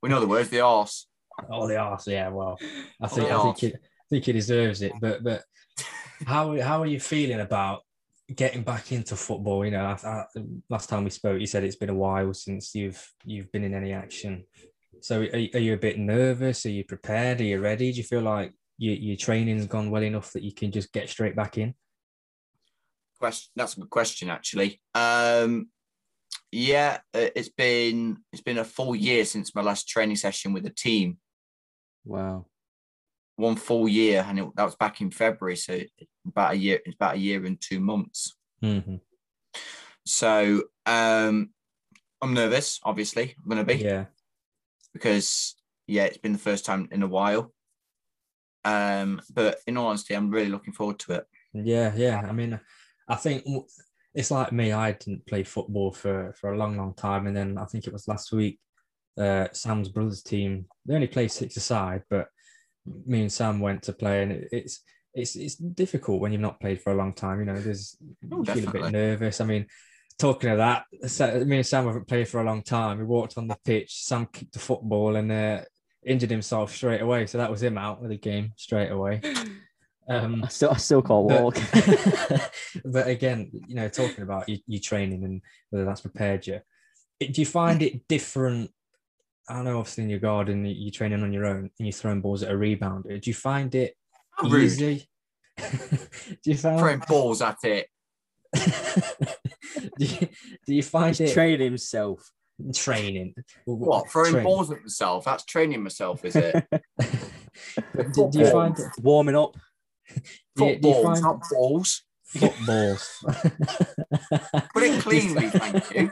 [SPEAKER 2] We know the words, the arse.
[SPEAKER 1] Oh, the arse. Yeah, well, I
[SPEAKER 2] the
[SPEAKER 1] think I
[SPEAKER 2] arse.
[SPEAKER 1] think he, I think he deserves it. But but how how are you feeling about getting back into football? You know, I, I, last time we spoke, you said it's been a while since you've you've been in any action. So are, you- are you a bit nervous? Are you prepared? Are you ready? Do you feel like your your training's gone well enough that you can just get straight back in?
[SPEAKER 2] Question. That's a good question, actually. Um, yeah, uh, it's been it's been a full year since my last training session with the team.
[SPEAKER 3] *laughs* Wow.
[SPEAKER 2] One full year, and it, that was back in February. So about a year. It's about a year and two months.
[SPEAKER 1] Mm-hmm.
[SPEAKER 2] So um, I'm nervous. Obviously, I'm gonna be
[SPEAKER 1] Yeah,
[SPEAKER 2] because yeah, it's been the first time in a while. Um, but in all honesty, I'm really looking forward to it.
[SPEAKER 1] Yeah, yeah. I mean, I think w- it's like me. I didn't play football for for a long, long time, and then I think it was last week. Uh, Sam's brothers' team. They only play six aside, but me and Sam went to play, and it, it's it's it's difficult when you've not played for a long time. You know, there's
[SPEAKER 2] Oh,
[SPEAKER 1] you feel a
[SPEAKER 2] definitely.
[SPEAKER 1] bit nervous. I mean, talking of that, Sa- me and Sam haven't played for a long time. We walked on the pitch. Sam kicked the football and uh, injured himself straight away. So that was him out of the game straight
[SPEAKER 2] *laughs*
[SPEAKER 1] away. Um,
[SPEAKER 3] I still, I still can't
[SPEAKER 1] but- *laughs*
[SPEAKER 3] walk.
[SPEAKER 1] but again, you know, talking about your, your training and whether that's prepared you, it- do you find it different? I know, obviously, in your garden, you- you're training on your own and you're throwing balls at a rebounder. Do you find it
[SPEAKER 2] How rude.
[SPEAKER 1] easy? *laughs* do you
[SPEAKER 2] Throwing
[SPEAKER 1] find?
[SPEAKER 2] balls at it.
[SPEAKER 1] *laughs* do, you, do you find
[SPEAKER 3] He's
[SPEAKER 1] it
[SPEAKER 3] trained himself.
[SPEAKER 1] training?
[SPEAKER 2] What? Throwing
[SPEAKER 1] Train-
[SPEAKER 2] balls at myself. That's training myself, is it?
[SPEAKER 1] *laughs* do, do you find
[SPEAKER 2] *laughs*
[SPEAKER 1] it-
[SPEAKER 3] Warming up.
[SPEAKER 1] do you, do you
[SPEAKER 2] Footballs,
[SPEAKER 1] find
[SPEAKER 2] not balls.
[SPEAKER 1] footballs? *laughs*
[SPEAKER 2] Put it cleanly, thank you.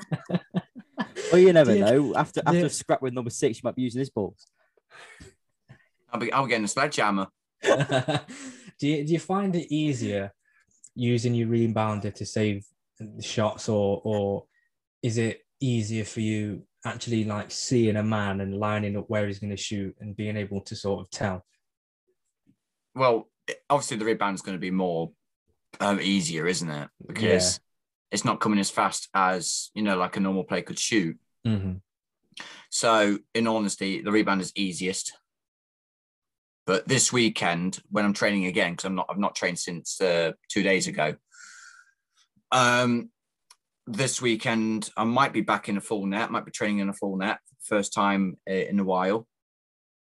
[SPEAKER 3] Well, you never
[SPEAKER 1] Do you-
[SPEAKER 3] know. After after
[SPEAKER 1] Yeah.
[SPEAKER 3] a scrap with number six, you might be using his balls.
[SPEAKER 2] I'll be I'll get a sledgehammer.
[SPEAKER 1] *laughs* do you do you find it easier using your rebounder to save shots, or or is it easier for you actually like seeing a man and lining up where he's going to shoot and being able to sort of tell?
[SPEAKER 2] Well, it- obviously the rebound's going to be more um, easier, isn't it? Because it's not coming as fast as you know, like a normal player could shoot.
[SPEAKER 1] Mhm.
[SPEAKER 2] So, in all honesty, the rebound is easiest. But this weekend, when I'm training again, because I'm not, I've not trained since uh, two days ago. Um, this weekend I might be back in a full net. Might be training in a full net, first time uh, in a while.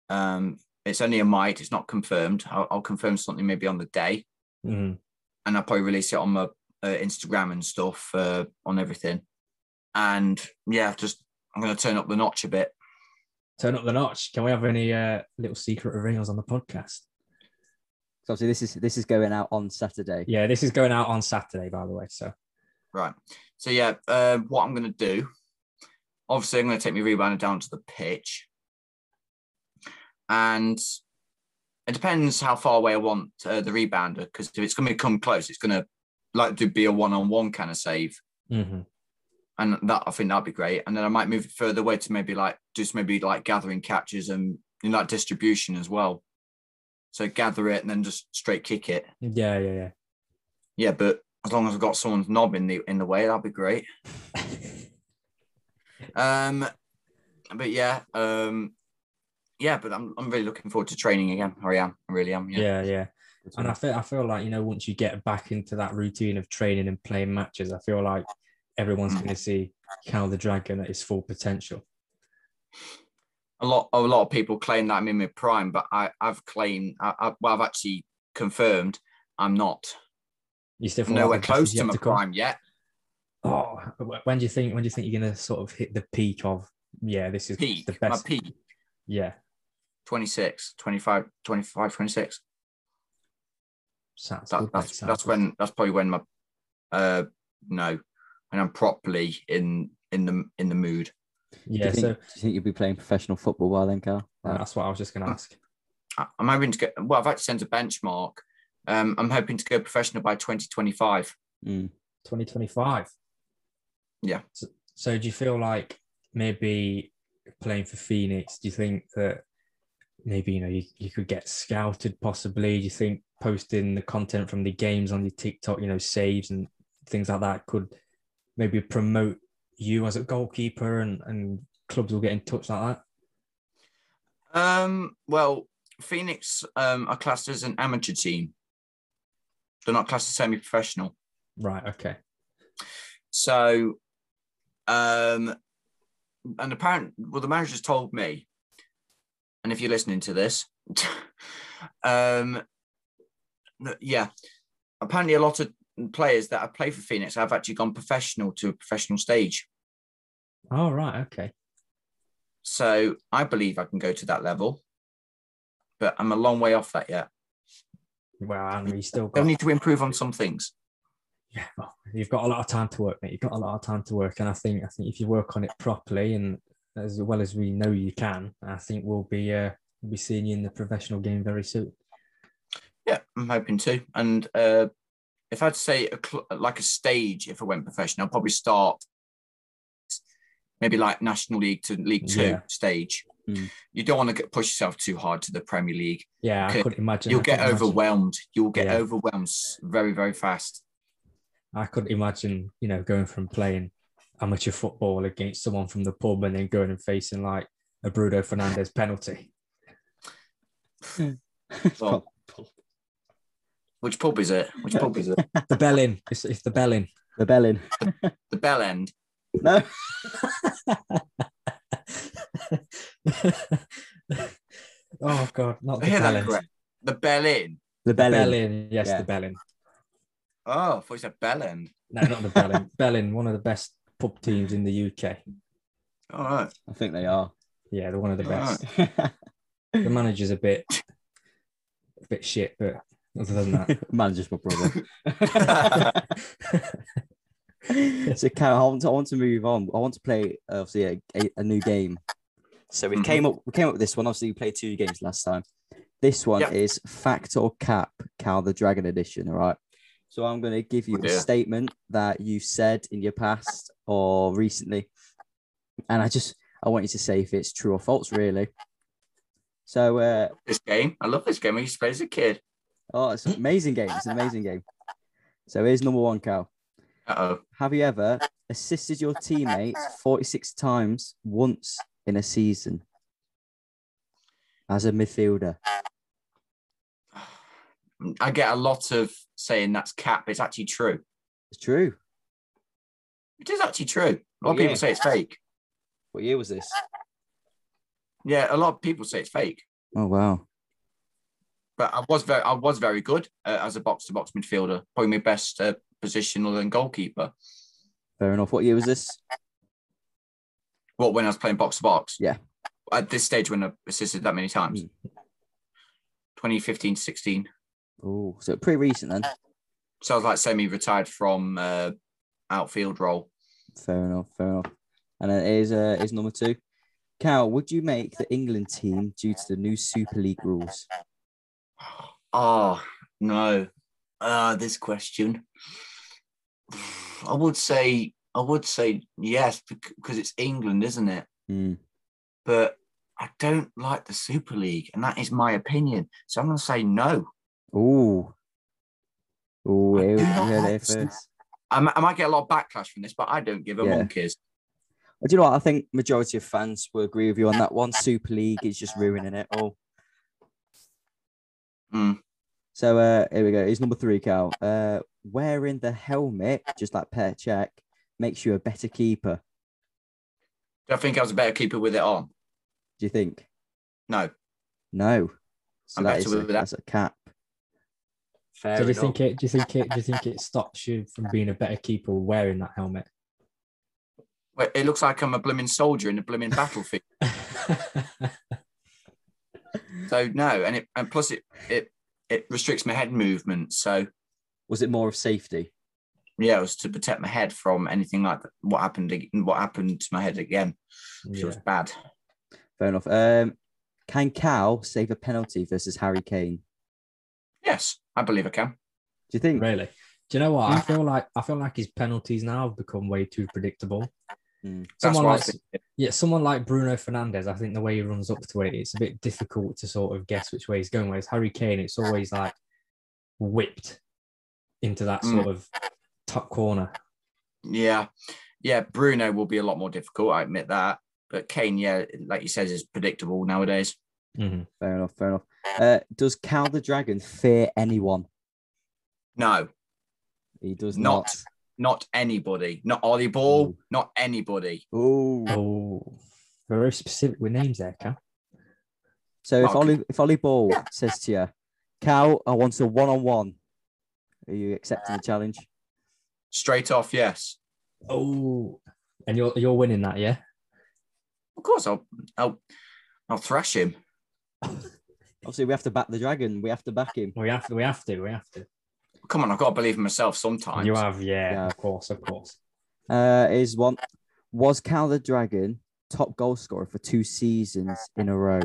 [SPEAKER 2] Um, it's only a might. It's not confirmed. I'll, I'll confirm something maybe on the day,
[SPEAKER 1] Mhm.
[SPEAKER 2] and I'll probably release it on my uh, Instagram and stuff uh, on everything. And yeah, just I'm going to turn up the notch a bit.
[SPEAKER 1] Turn up the notch. Can we have any uh, little secret reveals on the podcast?
[SPEAKER 3] 'Cause obviously, this is this is going out on Saturday.
[SPEAKER 1] Yeah, this is going out on Saturday, by the way. So
[SPEAKER 2] Right. So yeah, um, what I'm going to do, obviously, I'm going to take my rebounder down to the pitch, and it depends how far away I want uh, the rebounder because if it's going to come close, it's going to like to be a one-on-one kind of save,
[SPEAKER 1] mhm.
[SPEAKER 2] and that I think that'd be great. And then I might move it further away to maybe like just maybe like gathering catches and you know, like distribution as well. So gather it and then just straight kick it.
[SPEAKER 1] yeah, yeah, yeah.
[SPEAKER 2] Yeah, but as long as I've got someone's knob in the in the way, that'd be great. Um, but yeah, um, yeah, but I'm I'm really looking forward to training again. I am, I really am.
[SPEAKER 1] *laughs*
[SPEAKER 2] Yeah.
[SPEAKER 1] yeah, yeah. And I feel I feel like you know once you get back into that routine of training and playing matches, I feel like everyone's
[SPEAKER 2] Mm.
[SPEAKER 1] going to see Cal the Dragon at his full potential.
[SPEAKER 2] A lot a lot of people claim that I'm in my prime, but I I've claimed I, I well I've actually confirmed I'm not.
[SPEAKER 1] You still
[SPEAKER 2] I'm
[SPEAKER 1] feel
[SPEAKER 2] nowhere
[SPEAKER 1] like the best
[SPEAKER 2] close
[SPEAKER 1] is
[SPEAKER 2] to
[SPEAKER 1] yet
[SPEAKER 2] my
[SPEAKER 1] come?
[SPEAKER 2] prime yet.
[SPEAKER 1] Oh, wh- when do you think when do you think you're going to sort of hit the peak of? Yeah, this is
[SPEAKER 2] Peak,
[SPEAKER 1] the
[SPEAKER 2] my
[SPEAKER 1] best.
[SPEAKER 2] peak,
[SPEAKER 1] Yeah,
[SPEAKER 2] 26, 25, 25, 26.
[SPEAKER 1] sounds
[SPEAKER 2] That,
[SPEAKER 1] good. mate,
[SPEAKER 2] that's
[SPEAKER 1] sounds
[SPEAKER 2] that's
[SPEAKER 1] good.
[SPEAKER 2] when that's probably when my uh no, when I'm properly in in the in the mood.
[SPEAKER 1] Yeah,
[SPEAKER 3] do
[SPEAKER 1] so
[SPEAKER 3] you, think, do you think you'll be playing professional football while then, Carl? *laughs*
[SPEAKER 1] uh, that's what I was just going to ask.
[SPEAKER 2] I- I'm hoping to get. Well, I've actually sent a benchmark. Um, I'm hoping to go professional by 2025.
[SPEAKER 3] Mm.
[SPEAKER 1] 2025.
[SPEAKER 2] Yeah.
[SPEAKER 1] So, so do you feel like maybe playing for Phoenix, do you think that maybe you know you, you could get scouted possibly? Do you think posting the content from the games on your TikTok, you know, saves and things like that could maybe promote you as a goalkeeper and, and clubs will get in touch like that?
[SPEAKER 2] Um, well, Phoenix um, are classed as an amateur team. They're not classed as semi-professional.
[SPEAKER 1] Right, okay.
[SPEAKER 2] So, um, and apparent. Well, the manager's told me, and if you're listening to this, *laughs* um, that- yeah, apparently a lot of players that have played for Phoenix have actually gone professional to a professional stage.
[SPEAKER 1] All right, okay.
[SPEAKER 2] So I believe I can go to that level, but I'm a long way off that yet.
[SPEAKER 1] Well, and we still
[SPEAKER 2] I
[SPEAKER 1] got
[SPEAKER 2] need to improve on some things.
[SPEAKER 1] yeah, well, you've got a lot of time to work, mate. You've got a lot of time to work, and I think I think if you work on it properly and as well as we know you can, I think we'll be uh, we'll be seeing you in the professional game very soon.
[SPEAKER 2] Yeah, I'm hoping to. And uh, if I had to say a cl- like a stage, if I went professional, I'd probably start maybe like National League to League Two
[SPEAKER 1] Yeah. Hmm.
[SPEAKER 2] stage.
[SPEAKER 3] Mm.
[SPEAKER 2] You don't want to get, push yourself too hard to the Premier League.
[SPEAKER 1] Yeah, I
[SPEAKER 2] Okay.
[SPEAKER 1] couldn't imagine.
[SPEAKER 2] You'll
[SPEAKER 1] I
[SPEAKER 2] get
[SPEAKER 1] couldn't imagine-
[SPEAKER 2] overwhelmed. You'll get
[SPEAKER 1] Yeah.
[SPEAKER 2] overwhelmed s- very,
[SPEAKER 1] *laughs*
[SPEAKER 2] very fast.
[SPEAKER 1] I couldn't imagine, you know, going from playing amateur football against someone from the pub and then going and facing like a Bruno Fernandez penalty.
[SPEAKER 2] Well, Which pub is it? Which pub is it?
[SPEAKER 1] *laughs* The Bellin, it's, it's the Bellin. *laughs*
[SPEAKER 3] the Bellin.
[SPEAKER 2] The Bell End.
[SPEAKER 3] No,
[SPEAKER 1] oh God, not
[SPEAKER 2] I
[SPEAKER 1] the
[SPEAKER 2] hear that
[SPEAKER 1] Bellin.
[SPEAKER 2] correct. The Bell Inn.
[SPEAKER 3] the Bellin.
[SPEAKER 1] Bellin, yes,
[SPEAKER 3] Yeah.
[SPEAKER 1] the Bellin.
[SPEAKER 2] Oh, I thought you said Bell End.
[SPEAKER 1] No, not the *laughs* Bellin. Bellin, one of the best pub teams in the UK.
[SPEAKER 2] All right.
[SPEAKER 3] I think they are. *laughs*
[SPEAKER 1] Yeah, they're one of the
[SPEAKER 2] Right.
[SPEAKER 1] best. The manager's a bit, a bit shit, but other than that,
[SPEAKER 3] Manager's my brother. *laughs* so Cam, I want, to, I want to move on. I want to play uh, obviously a, a, a new game. So we
[SPEAKER 2] Mhm.
[SPEAKER 3] came up we came up with this one. Obviously, we played two games last time. This one
[SPEAKER 2] Yeah.
[SPEAKER 3] is Fact or Cap, Cal the Dragon Edition. All right. So I'm going to give you
[SPEAKER 2] Oh,
[SPEAKER 3] a
[SPEAKER 2] dear.
[SPEAKER 3] statement that you said in your past or recently, and I just I want you to say if it's true or false, really. So uh,
[SPEAKER 2] This game. I love this game. I used to play as a kid.
[SPEAKER 3] oh, it's an amazing game. It's an amazing game. So here's number one, Cal.
[SPEAKER 2] Uh oh.
[SPEAKER 3] Have you ever assisted your teammates 46 times once in a season as a midfielder?
[SPEAKER 2] I get a lot of saying that's cap. It's actually true.
[SPEAKER 3] It's true.
[SPEAKER 2] It is actually true. A lot of
[SPEAKER 3] Oh, Yeah.
[SPEAKER 2] people say it's fake.
[SPEAKER 3] What year was this?
[SPEAKER 2] Yeah, a lot of people say it's fake.
[SPEAKER 3] Oh, wow.
[SPEAKER 2] But I was very, I was very good uh, as a box-to-box midfielder. Probably my best uh, position other than goalkeeper.
[SPEAKER 3] Fair enough. What year was this?
[SPEAKER 2] What when I was playing box-to-box?
[SPEAKER 3] Yeah.
[SPEAKER 2] At this stage, when I assisted that many times,
[SPEAKER 3] Mm.
[SPEAKER 2] 2015, 16.
[SPEAKER 3] Oh, so pretty recent then.
[SPEAKER 2] So I was like semi-retired from uh, outfield role.
[SPEAKER 3] Fair enough. Fair enough. And then here's, uh, here's number two. Cal, would you make the England team due to the new Super League rules?
[SPEAKER 2] Oh no. Uh this question. I would say I would say yes bec- because it's England, isn't it?
[SPEAKER 3] Hmm.
[SPEAKER 2] But I don't like the Super League, and that is my opinion. So I'm going to say no.
[SPEAKER 3] Oh. Oh, here we go there
[SPEAKER 2] Yes.
[SPEAKER 3] first.
[SPEAKER 2] I, mi- I might get a lot of backlash from this, but I don't give a
[SPEAKER 3] Yeah.
[SPEAKER 2] monkey's.
[SPEAKER 3] Uh, Do you know what? I think majority of fans will agree with you on that one. Super League is just ruining it all.
[SPEAKER 2] Mm.
[SPEAKER 3] So uh, here we go. It's number three, Cal. Uh, wearing the helmet, just like per check, makes you a better keeper.
[SPEAKER 2] Do I think I was a better keeper with it on?
[SPEAKER 3] Do you think?
[SPEAKER 2] No.
[SPEAKER 3] No. So
[SPEAKER 2] I'm
[SPEAKER 3] that
[SPEAKER 2] better
[SPEAKER 3] is
[SPEAKER 2] with
[SPEAKER 3] a,
[SPEAKER 2] that.
[SPEAKER 3] that's a cap. Fair
[SPEAKER 1] do you think it? Do you think it? Do you think it stops you from being a better keeper wearing that helmet? *laughs*
[SPEAKER 2] Well, It looks like I'm a blooming soldier in a blooming battlefield. So no, and it and plus it it it restricts my head movement. So
[SPEAKER 3] Was it more of safety?
[SPEAKER 2] yeah, it was to protect my head from anything like that, what happened. ag- What happened to my head again? which
[SPEAKER 1] yeah.
[SPEAKER 2] was bad.
[SPEAKER 3] Fair enough. Um, can Cal save a penalty versus Harry Kane?
[SPEAKER 2] Yes, I believe I can.
[SPEAKER 3] Do you think?
[SPEAKER 1] Really? Do you know what? I
[SPEAKER 2] Yeah.
[SPEAKER 1] feel like I feel like his penalties now have become way too predictable.
[SPEAKER 3] Mm.
[SPEAKER 2] That's
[SPEAKER 1] Someone
[SPEAKER 2] why I
[SPEAKER 1] like
[SPEAKER 2] think
[SPEAKER 1] yeah, someone like Bruno Fernandez, I think the way he runs up to it, it's a bit difficult to sort of guess which way he's going. Whereas Harry Kane, it's always like whipped into that
[SPEAKER 2] Mm.
[SPEAKER 1] sort of top corner.
[SPEAKER 2] Yeah, yeah. Bruno will be a lot more difficult. I admit that. But Kane, yeah, like you said, is predictable nowadays.
[SPEAKER 1] Mhm.
[SPEAKER 3] Fair enough. Fair enough. Uh, does Cal the Dragon fear anyone?
[SPEAKER 2] No,
[SPEAKER 3] He does
[SPEAKER 2] Not.
[SPEAKER 3] not.
[SPEAKER 2] not anybody. Not Ollie Ball.
[SPEAKER 1] Mm.
[SPEAKER 3] Ooh.
[SPEAKER 2] Not anybody.
[SPEAKER 3] Oh.
[SPEAKER 1] Oh, very specific with names there, Cal.
[SPEAKER 3] So if
[SPEAKER 2] Okay.
[SPEAKER 3] Ollie if Ollie Ball says to you, Cal, I want a one on one. Are you accepting the challenge?
[SPEAKER 2] Straight off, yes.
[SPEAKER 1] Oh, and you're you're winning that, yeah. *laughs*
[SPEAKER 2] Of course, I'll, I'll, I'll thrash him.
[SPEAKER 3] Obviously, we have to back the dragon. We have to back him.
[SPEAKER 1] We have to, we have to, we have to.
[SPEAKER 2] Come on, I've got to believe in myself sometimes.
[SPEAKER 1] You have, yeah,
[SPEAKER 3] Yeah.
[SPEAKER 1] of course, of course.
[SPEAKER 3] Uh, is one was Cal the dragon top goal scorer for two seasons in a row?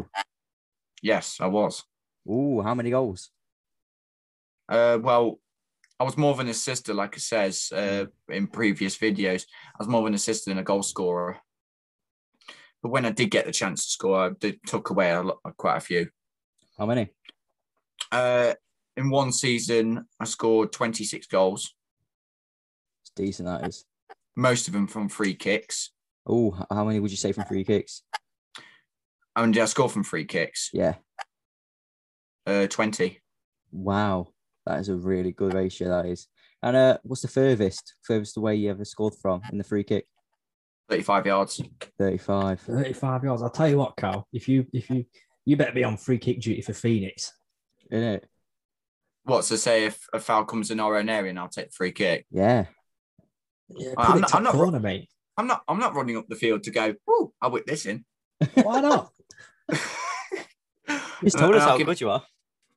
[SPEAKER 2] Yes, I was.
[SPEAKER 3] Ooh, how many goals?
[SPEAKER 2] Uh, well, I was more of an assister, like it says uh, in previous videos. I was more of an assister than a goal scorer. But when I did get the chance to score, I did, took away a lot, quite a few.
[SPEAKER 3] How many?
[SPEAKER 2] Uh, in one season, I scored 26 goals,
[SPEAKER 3] It's decent. That is.
[SPEAKER 2] most of them from free kicks.
[SPEAKER 3] Oh, h- how many would you say from free kicks?
[SPEAKER 2] I mean, did I score from free kicks?
[SPEAKER 3] Yeah.
[SPEAKER 2] Uh, 20.
[SPEAKER 3] Wow, that is a really good ratio. That is. And uh, what's the furthest furthest away you ever scored from in the free kick?
[SPEAKER 2] 35 yards.
[SPEAKER 3] Thirty-five.
[SPEAKER 1] 35 yards. I'll tell you what, Cal. If you if you you better be on free kick duty for Phoenix.
[SPEAKER 3] Isn't it?
[SPEAKER 2] What, so say if a foul comes in our own area and I'll take the free kick?
[SPEAKER 3] Yeah.
[SPEAKER 1] Yeah,
[SPEAKER 2] I'm
[SPEAKER 1] put it
[SPEAKER 2] not-
[SPEAKER 1] top
[SPEAKER 2] I'm not-
[SPEAKER 1] corner, mate.
[SPEAKER 2] I'm not I'm not running up the field to go, oh, I whip this in. *laughs*
[SPEAKER 1] Why not?
[SPEAKER 3] He's told us
[SPEAKER 2] Uh, I'll
[SPEAKER 3] how
[SPEAKER 2] give-
[SPEAKER 3] good you are.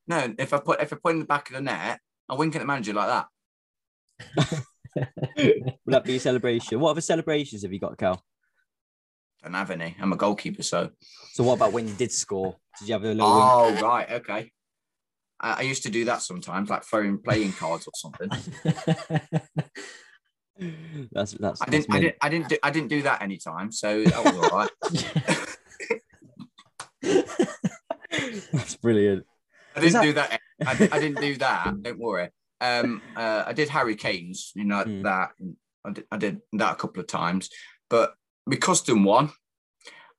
[SPEAKER 2] No, if I put if I put in the back of the net, I wink at the manager like that.
[SPEAKER 3] Will that be a celebration? What other celebrations have you got, Cal?
[SPEAKER 2] Don't have any. I'm a goalkeeper, so.
[SPEAKER 3] So what about when you did score? Did you have a little? win?
[SPEAKER 2] Oh right, okay. I, I used to do that sometimes, like throwing playing cards or something.
[SPEAKER 3] That's that's.
[SPEAKER 2] Oh. I didn't, I
[SPEAKER 3] that's mint.
[SPEAKER 2] didn't, I didn't do, I didn't do that anytime, so that was all right.
[SPEAKER 3] That's brilliant.
[SPEAKER 2] I
[SPEAKER 3] Is
[SPEAKER 2] didn't do that. I, I didn't do that. Don't worry. Um, uh, I did Harry Kane's, you know
[SPEAKER 3] Hmm.
[SPEAKER 2] that. I did, I did that a couple of times, but we custom one,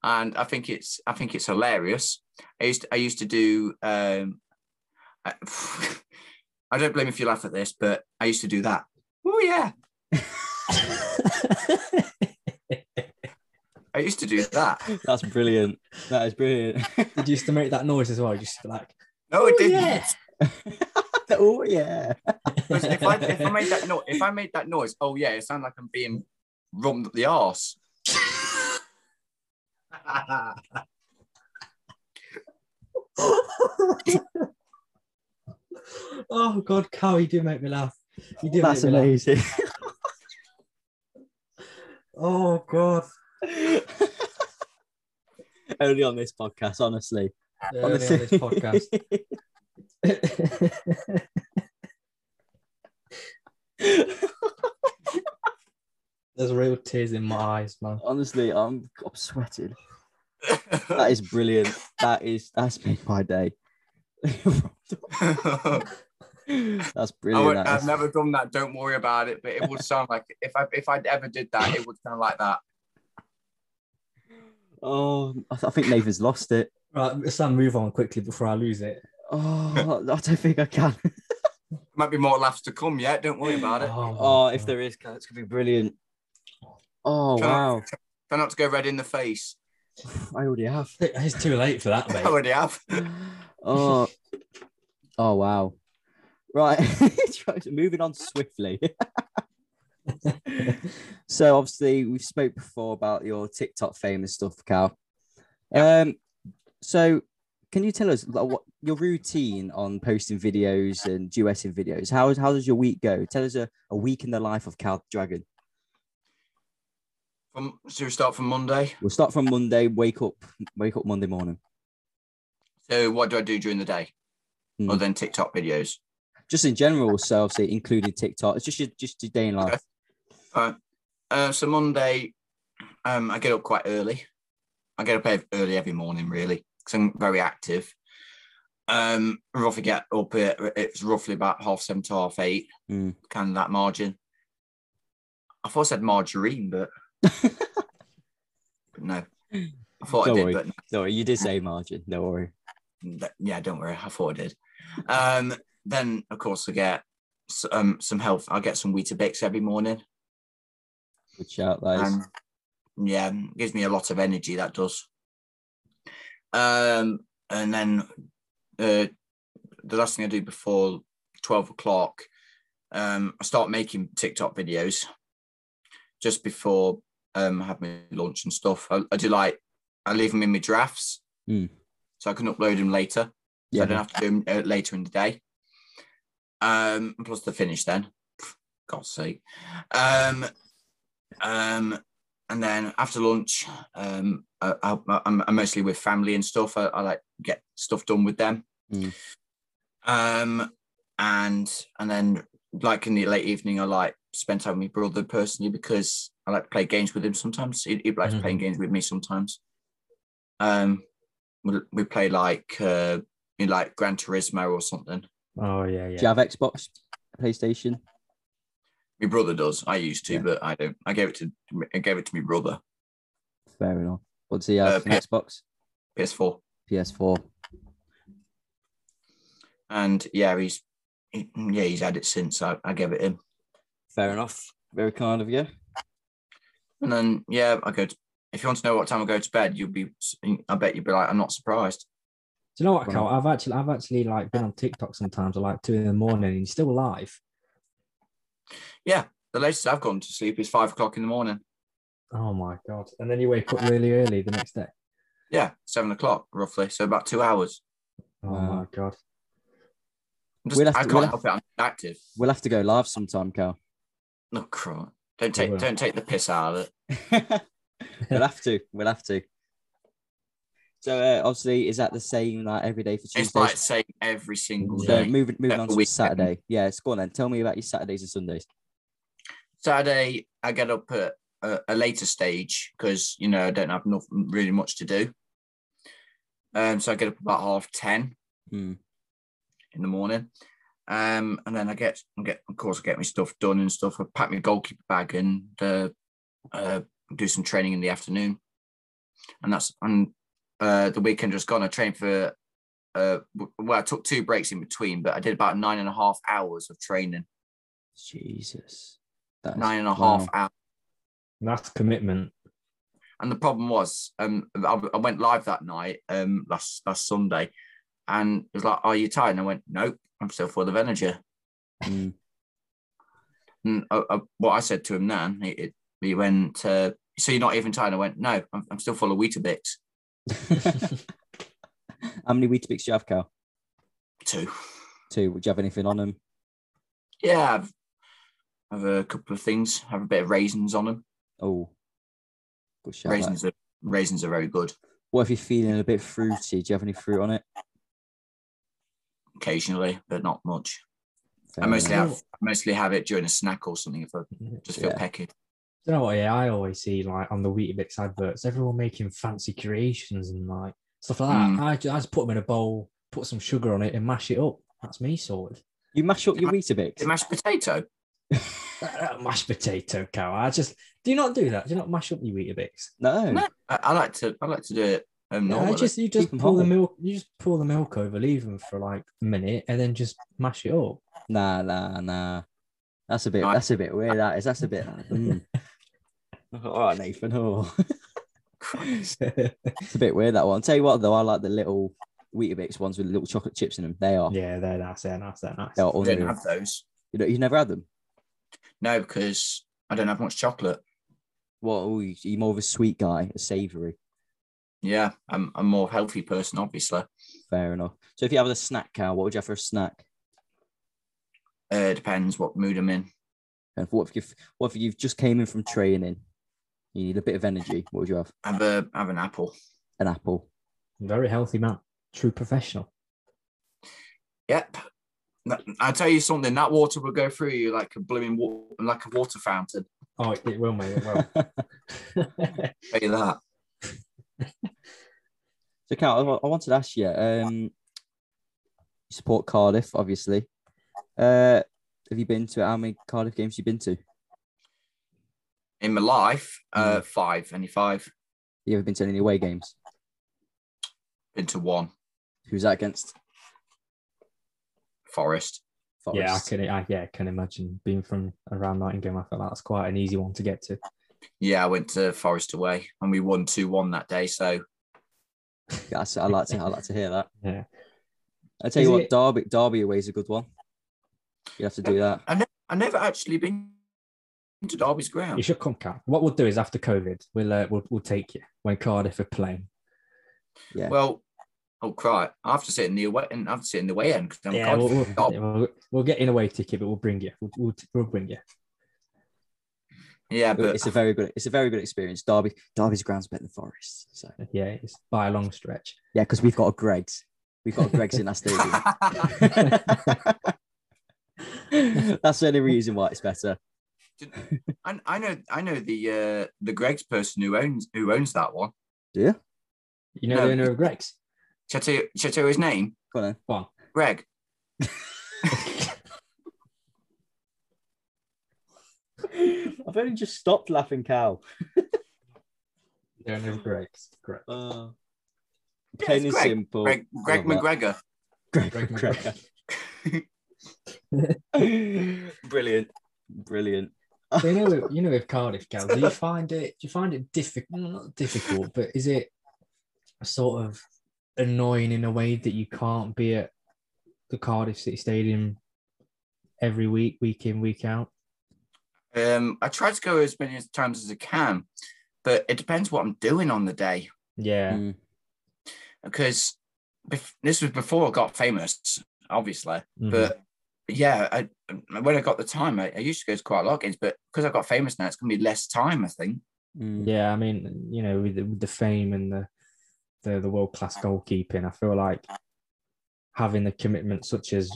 [SPEAKER 2] and I think it's I think it's hilarious. I used to, I used to do. Um, *laughs* I, I don't blame if you laugh at this, but I used to do that. Oh yeah, I used to do that.
[SPEAKER 3] That's brilliant. That
[SPEAKER 2] *laughs*
[SPEAKER 3] is brilliant.
[SPEAKER 1] Did you used to make that noise as well? Just like,
[SPEAKER 2] No, it
[SPEAKER 1] "Oh,
[SPEAKER 2] didn't.
[SPEAKER 1] yeah."
[SPEAKER 3] oh yeah.
[SPEAKER 2] 'Cause If I if I made that noise, if I made that noise, oh yeah, it sounded like I'm being rummed up the arse. *laughs*
[SPEAKER 1] oh God, Cal, you do make me laugh. You do
[SPEAKER 3] That's
[SPEAKER 1] make me laugh.
[SPEAKER 3] amazing.
[SPEAKER 1] Oh God.
[SPEAKER 3] *laughs* Only on this podcast, honestly.
[SPEAKER 1] Yeah, only on this podcast.
[SPEAKER 2] *laughs*
[SPEAKER 1] There's real tears in my eyes, man.
[SPEAKER 3] *laughs* honestly, I'm I'm sweating. That is brilliant. That is that's made my day. *laughs* that's
[SPEAKER 2] I
[SPEAKER 3] brilliant.
[SPEAKER 2] would,
[SPEAKER 3] that
[SPEAKER 2] I've
[SPEAKER 3] is.
[SPEAKER 2] never done that. Don't worry about it. But it would sound like if I if I ever did that, it would sound like that.
[SPEAKER 3] Oh, I, th- I think Nathan's lost it.
[SPEAKER 1] Right, Sam, move on quickly before I lose it.
[SPEAKER 3] Oh, *laughs* I don't think I can.
[SPEAKER 2] Might be more laughs to come. Yeah, don't worry about it.
[SPEAKER 1] Oh,
[SPEAKER 3] Oh, if there is, it's gonna be brilliant. Oh
[SPEAKER 2] Can I-
[SPEAKER 3] wow,
[SPEAKER 2] Try not to go red in the face.
[SPEAKER 3] I already have.
[SPEAKER 1] *laughs* it's too late for that,
[SPEAKER 2] I *laughs*
[SPEAKER 1] mate.
[SPEAKER 2] already have.
[SPEAKER 3] Oh, oh wow. Right, *laughs* moving on swiftly. *laughs* so obviously we've spoke before about your TikTok fame and stuff, Cal. Um, so can you tell us like, what your routine on posting videos and duetting videos? How is how does your week go? Tell us a, a week in the life of Cal Dragon.
[SPEAKER 2] From so we start from Monday.
[SPEAKER 3] We'll start from Monday. Wake up, wake up Monday morning.
[SPEAKER 2] So what do I do during the day?
[SPEAKER 3] Hmm.
[SPEAKER 2] Other than TikTok videos.
[SPEAKER 3] Just in general, so obviously including TikTok. It's just your just your day in life.
[SPEAKER 2] Uh, so Monday, um, I get up quite early. I get up ev- early every morning, really, because I'm very active. Um, roughly get up. At, it's roughly about half seven to half eight,
[SPEAKER 3] Hmm.
[SPEAKER 2] kind of that margin. I thought I said margarine,
[SPEAKER 3] *laughs*
[SPEAKER 2] but, but no, I thought
[SPEAKER 3] Don't
[SPEAKER 2] I did,
[SPEAKER 3] worry.
[SPEAKER 2] but
[SPEAKER 3] Don't worry, you did say margin. Don't worry.
[SPEAKER 2] Th- yeah, don't worry. I thought I did. Um, then, of course, I get s- um, some health. I get some Weetabix every morning.
[SPEAKER 3] Good shout, that is.
[SPEAKER 2] Um, yeah, mm, gives me a lot of energy. That does. Um, and then uh, the last thing I do before twelve o'clock, um, I start making TikTok videos just before um I have my lunch and stuff. I, I do like I leave them in my drafts,
[SPEAKER 3] Mm.
[SPEAKER 2] so I can upload them later. So I don't
[SPEAKER 3] Yeah.
[SPEAKER 2] have to do them uh, later in the day. Um, plus the finish then. Pff, God's sake. Um, um, and then after lunch, um, I, I, I'm, I'm mostly with family and stuff. I, I like get stuff done with them.
[SPEAKER 3] Mm.
[SPEAKER 2] Um, and and then like in the late evening, I like spend time with my brother personally because I like to play games with him sometimes. He, he likes
[SPEAKER 1] Mhm.
[SPEAKER 2] playing games with me sometimes. Um, we, we play like uh, in like Gran Turismo or something.
[SPEAKER 1] Oh yeah, yeah.
[SPEAKER 3] Do you have Xbox, PlayStation?
[SPEAKER 2] My brother does. I used to,
[SPEAKER 3] Yeah.
[SPEAKER 2] but I don't. I gave it to I gave it to my brother.
[SPEAKER 3] Fair enough. What does he have?
[SPEAKER 2] Uh,
[SPEAKER 3] An
[SPEAKER 2] P-
[SPEAKER 3] Xbox,
[SPEAKER 2] PS4,
[SPEAKER 3] PS4.
[SPEAKER 2] and yeah, he's he- yeah he's had it since I, I gave it him.
[SPEAKER 3] Fair enough. Very kind of you.
[SPEAKER 2] And then yeah, I go. To, if you want to know what time I go to bed, you'll be. I bet you'd be like, I'm not surprised.
[SPEAKER 1] Do you know what,
[SPEAKER 3] Well-
[SPEAKER 1] Cal? I've actually, I've actually like been on TikTok sometimes at like two in the morning, and you're still alive.
[SPEAKER 2] The latest I've gone to sleep is five o'clock in the morning.
[SPEAKER 1] Oh my god! And then you wake up really early the next day.
[SPEAKER 2] Yeah, seven o'clock roughly. So about two hours.
[SPEAKER 1] Oh
[SPEAKER 3] Wow.
[SPEAKER 1] my god!
[SPEAKER 2] I'm just,
[SPEAKER 3] We'll have
[SPEAKER 2] I
[SPEAKER 3] to-
[SPEAKER 2] can't
[SPEAKER 3] we'll have-
[SPEAKER 2] help it. I'm active.
[SPEAKER 3] We'll have to go live sometime, Cal. *laughs*
[SPEAKER 2] No crap. Don't take
[SPEAKER 1] will.
[SPEAKER 2] don't take the piss out of it.
[SPEAKER 3] we'll have to. We'll have to. So uh, obviously, is that the same like every day for Tuesdays?
[SPEAKER 2] It's like saying every single
[SPEAKER 1] Yeah.
[SPEAKER 3] so
[SPEAKER 2] day.
[SPEAKER 3] moving moving on
[SPEAKER 2] for
[SPEAKER 3] to
[SPEAKER 2] weekend.
[SPEAKER 3] Saturday. Yeah, it's go on then. Tell me about your Saturdays and Sundays.
[SPEAKER 2] Saturday, I get up at a, a later stage because you know I don't have enough, really much to do. Um, so I get up about half ten
[SPEAKER 3] Hmm.
[SPEAKER 2] in the morning, um, and then I get I get of course I get my stuff done and stuff. I pack my goalkeeper bag and uh, uh, do some training in the afternoon, and that's and uh, the weekend just gone. I trained for uh, w- well, I took two breaks in between, but I did about nine and a half hours of training.
[SPEAKER 3] Jesus. That is-
[SPEAKER 2] Nine and a half
[SPEAKER 3] wow.
[SPEAKER 2] hours.
[SPEAKER 1] That's *laughs* commitment.
[SPEAKER 2] And the problem was, um, I, I went live that night, um, last last Sunday, and it was like, "Are you tired?" And I went, "Nope, I'm still full of energy."
[SPEAKER 3] Hmm.
[SPEAKER 2] And I, I, Mm, uh, what I said to him then, it, it, he went, uh, "So you're not even tired?" I went, "No, I'm, I'm still full of Weetabix
[SPEAKER 3] Mm. *laughs* How many Weetabix do you have, Cal?
[SPEAKER 2] too."
[SPEAKER 3] Two. Do you have anything on them?
[SPEAKER 2] Yeah, I've, I've a couple of things. Have a bit of raisins on them.
[SPEAKER 3] Oh, good shout. that.
[SPEAKER 2] raisins are raisins are very good.
[SPEAKER 3] What if you're feeling a bit fruity? Do you have any fruit on it?
[SPEAKER 2] Occasionally, but not much. I
[SPEAKER 3] Fair
[SPEAKER 2] mostly
[SPEAKER 3] enough. Mm-hmm.
[SPEAKER 2] have I mostly have it during a snack or something if I just feel
[SPEAKER 3] Yeah.
[SPEAKER 2] pecky.
[SPEAKER 1] Do you know what? Yeah, I always see like on the Weetabix adverts, everyone making fancy creations and like stuff like that.
[SPEAKER 2] Mm.
[SPEAKER 1] I, ju- I just put them in a bowl, put some sugar on it, and mash it up. That's me sorted.
[SPEAKER 3] You mash up your Weetabix.
[SPEAKER 2] Is it mashed potato?
[SPEAKER 1] That- that *laughs* mashed potato cow. I just do you not do that. Do you not mash up your Weetabix?
[SPEAKER 3] No.
[SPEAKER 2] No, I, I like to I like to do it um,
[SPEAKER 1] No,
[SPEAKER 2] normally.
[SPEAKER 1] I just you just
[SPEAKER 3] Keep 'em
[SPEAKER 1] pour the
[SPEAKER 3] whole.
[SPEAKER 1] milk. You just pour the milk over, leave them for like a minute, and then just mash it up.
[SPEAKER 3] Nah, nah, nah. That's a bit.
[SPEAKER 2] No, I-
[SPEAKER 3] That's a bit weird. That is. That's
[SPEAKER 2] *laughs*
[SPEAKER 3] a bit.
[SPEAKER 1] *laughs*
[SPEAKER 3] mm. All right, Nathan. Oh,
[SPEAKER 1] *laughs*
[SPEAKER 3] it's a bit weird that one. Tell you what, though, I like the little Weetabix ones with little chocolate chips in them. They are.
[SPEAKER 1] yeah, they're nice. They're nice. They're nice.
[SPEAKER 3] They are
[SPEAKER 2] I don't
[SPEAKER 3] unreal.
[SPEAKER 2] have those.
[SPEAKER 3] You know, you never had them.
[SPEAKER 2] No, because I don't have much chocolate.
[SPEAKER 3] Well, oh, you- you're more of a sweet guy, a savoury.
[SPEAKER 2] Yeah, I'm I'm a more healthy person, obviously.
[SPEAKER 3] Fair enough. So, if you have a snack, Cal, what would you have for a snack?
[SPEAKER 2] Uh, depends what mood I'm in.
[SPEAKER 3] And what if you've what if you've just came in from training? You need a bit of energy. What would you have?
[SPEAKER 2] Have a have an apple.
[SPEAKER 3] An apple. *laughs*
[SPEAKER 1] Very healthy man. True professional.
[SPEAKER 2] Yep. That- I tell you something, that water will go through you like a blooming wa- like a water fountain.
[SPEAKER 1] Oh, it, it will, mate. It will.
[SPEAKER 3] *laughs*
[SPEAKER 2] Tell you that.
[SPEAKER 3] So, Cal, I, wa- I wanted to ask you. Um, you support Cardiff, obviously. Uh, have you been to how many Cardiff games you been to?
[SPEAKER 2] In my life,
[SPEAKER 1] Hmm.
[SPEAKER 2] uh, five, only five,
[SPEAKER 3] You ever been to any away games?
[SPEAKER 2] into one
[SPEAKER 3] Who's that against?
[SPEAKER 2] forest.
[SPEAKER 1] yeah, I
[SPEAKER 3] Forest.
[SPEAKER 1] can. I, yeah, I can imagine being from around Nottingham. I feel that's quite an easy one to get to.
[SPEAKER 2] Yeah, I went to Forest away and we won two one that day. So
[SPEAKER 3] That's, I like to. I like to hear that.
[SPEAKER 1] *laughs* Yeah.
[SPEAKER 3] I tell
[SPEAKER 1] Is
[SPEAKER 3] you what,
[SPEAKER 1] it-
[SPEAKER 3] Derby, Derby away is a good one. You have to do that.
[SPEAKER 2] I never I never actually been to Derby's ground.
[SPEAKER 1] You should come, Cal. What we'll do is after COVID, we'll uh, we'll, we'll take you when Cardiff are playing.
[SPEAKER 3] Yeah.
[SPEAKER 2] Well, oh cry! I have to sit in the away and I have to sit in the way end because I'm
[SPEAKER 1] yeah,
[SPEAKER 2] Cardiff.
[SPEAKER 1] we'll, we'll,
[SPEAKER 2] Oh.
[SPEAKER 1] yeah, we'll, we'll get an away ticket, but we'll bring you. We'll, we'll, we'll bring you.
[SPEAKER 2] yeah, but *laughs*
[SPEAKER 3] It's a very good. It's a very good experience. Derby, Derby's ground's better than Forest. So
[SPEAKER 1] Yeah, it's by a long stretch.
[SPEAKER 3] *laughs* yeah, because we've got a Greg's. We've got a Greg's in our stadium. That's the only reason why it's better.
[SPEAKER 2] And I know, I know the uh, the Greg's person who owns who owns that one.
[SPEAKER 1] You know
[SPEAKER 2] No.
[SPEAKER 1] the owner of Greg's?
[SPEAKER 2] Shall I tell you, shall I tell you his name?
[SPEAKER 3] Go on. then.
[SPEAKER 1] Go
[SPEAKER 2] *laughs*
[SPEAKER 1] on.
[SPEAKER 2] Greg.
[SPEAKER 3] I've only just stopped laughing, cow.
[SPEAKER 1] The owner of Greg's. Greg.
[SPEAKER 3] Uh,
[SPEAKER 2] Yeah, it's
[SPEAKER 3] plain and
[SPEAKER 2] Greg.
[SPEAKER 3] simple.
[SPEAKER 2] Greg, Greg
[SPEAKER 3] Oh, love
[SPEAKER 2] McGregor.
[SPEAKER 3] Greg
[SPEAKER 1] Greg
[SPEAKER 3] McGregor. *laughs* Brilliant. Brilliant.
[SPEAKER 1] So you know, with- you know, with Cardiff, Gal, do you find it? Do you find it difficult? Not difficult, but is it sort of annoying in a way that you can't be at the Cardiff City Stadium every week, week in, week out?
[SPEAKER 2] Um, I try to go as many times as I can, but it depends what I'm doing on the day.
[SPEAKER 1] Yeah,
[SPEAKER 3] Mm.
[SPEAKER 2] Because bef- this was before I got famous, obviously.
[SPEAKER 1] Mhm.
[SPEAKER 2] But yeah, I, when I got the time, I, I used to go to quite a lot of games, but because I got famous now, it's going to be less time, I think.
[SPEAKER 3] Mm.
[SPEAKER 1] yeah. I mean, you know, with the, with the fame and the the, the world class goalkeeping, I feel like having the commitment such as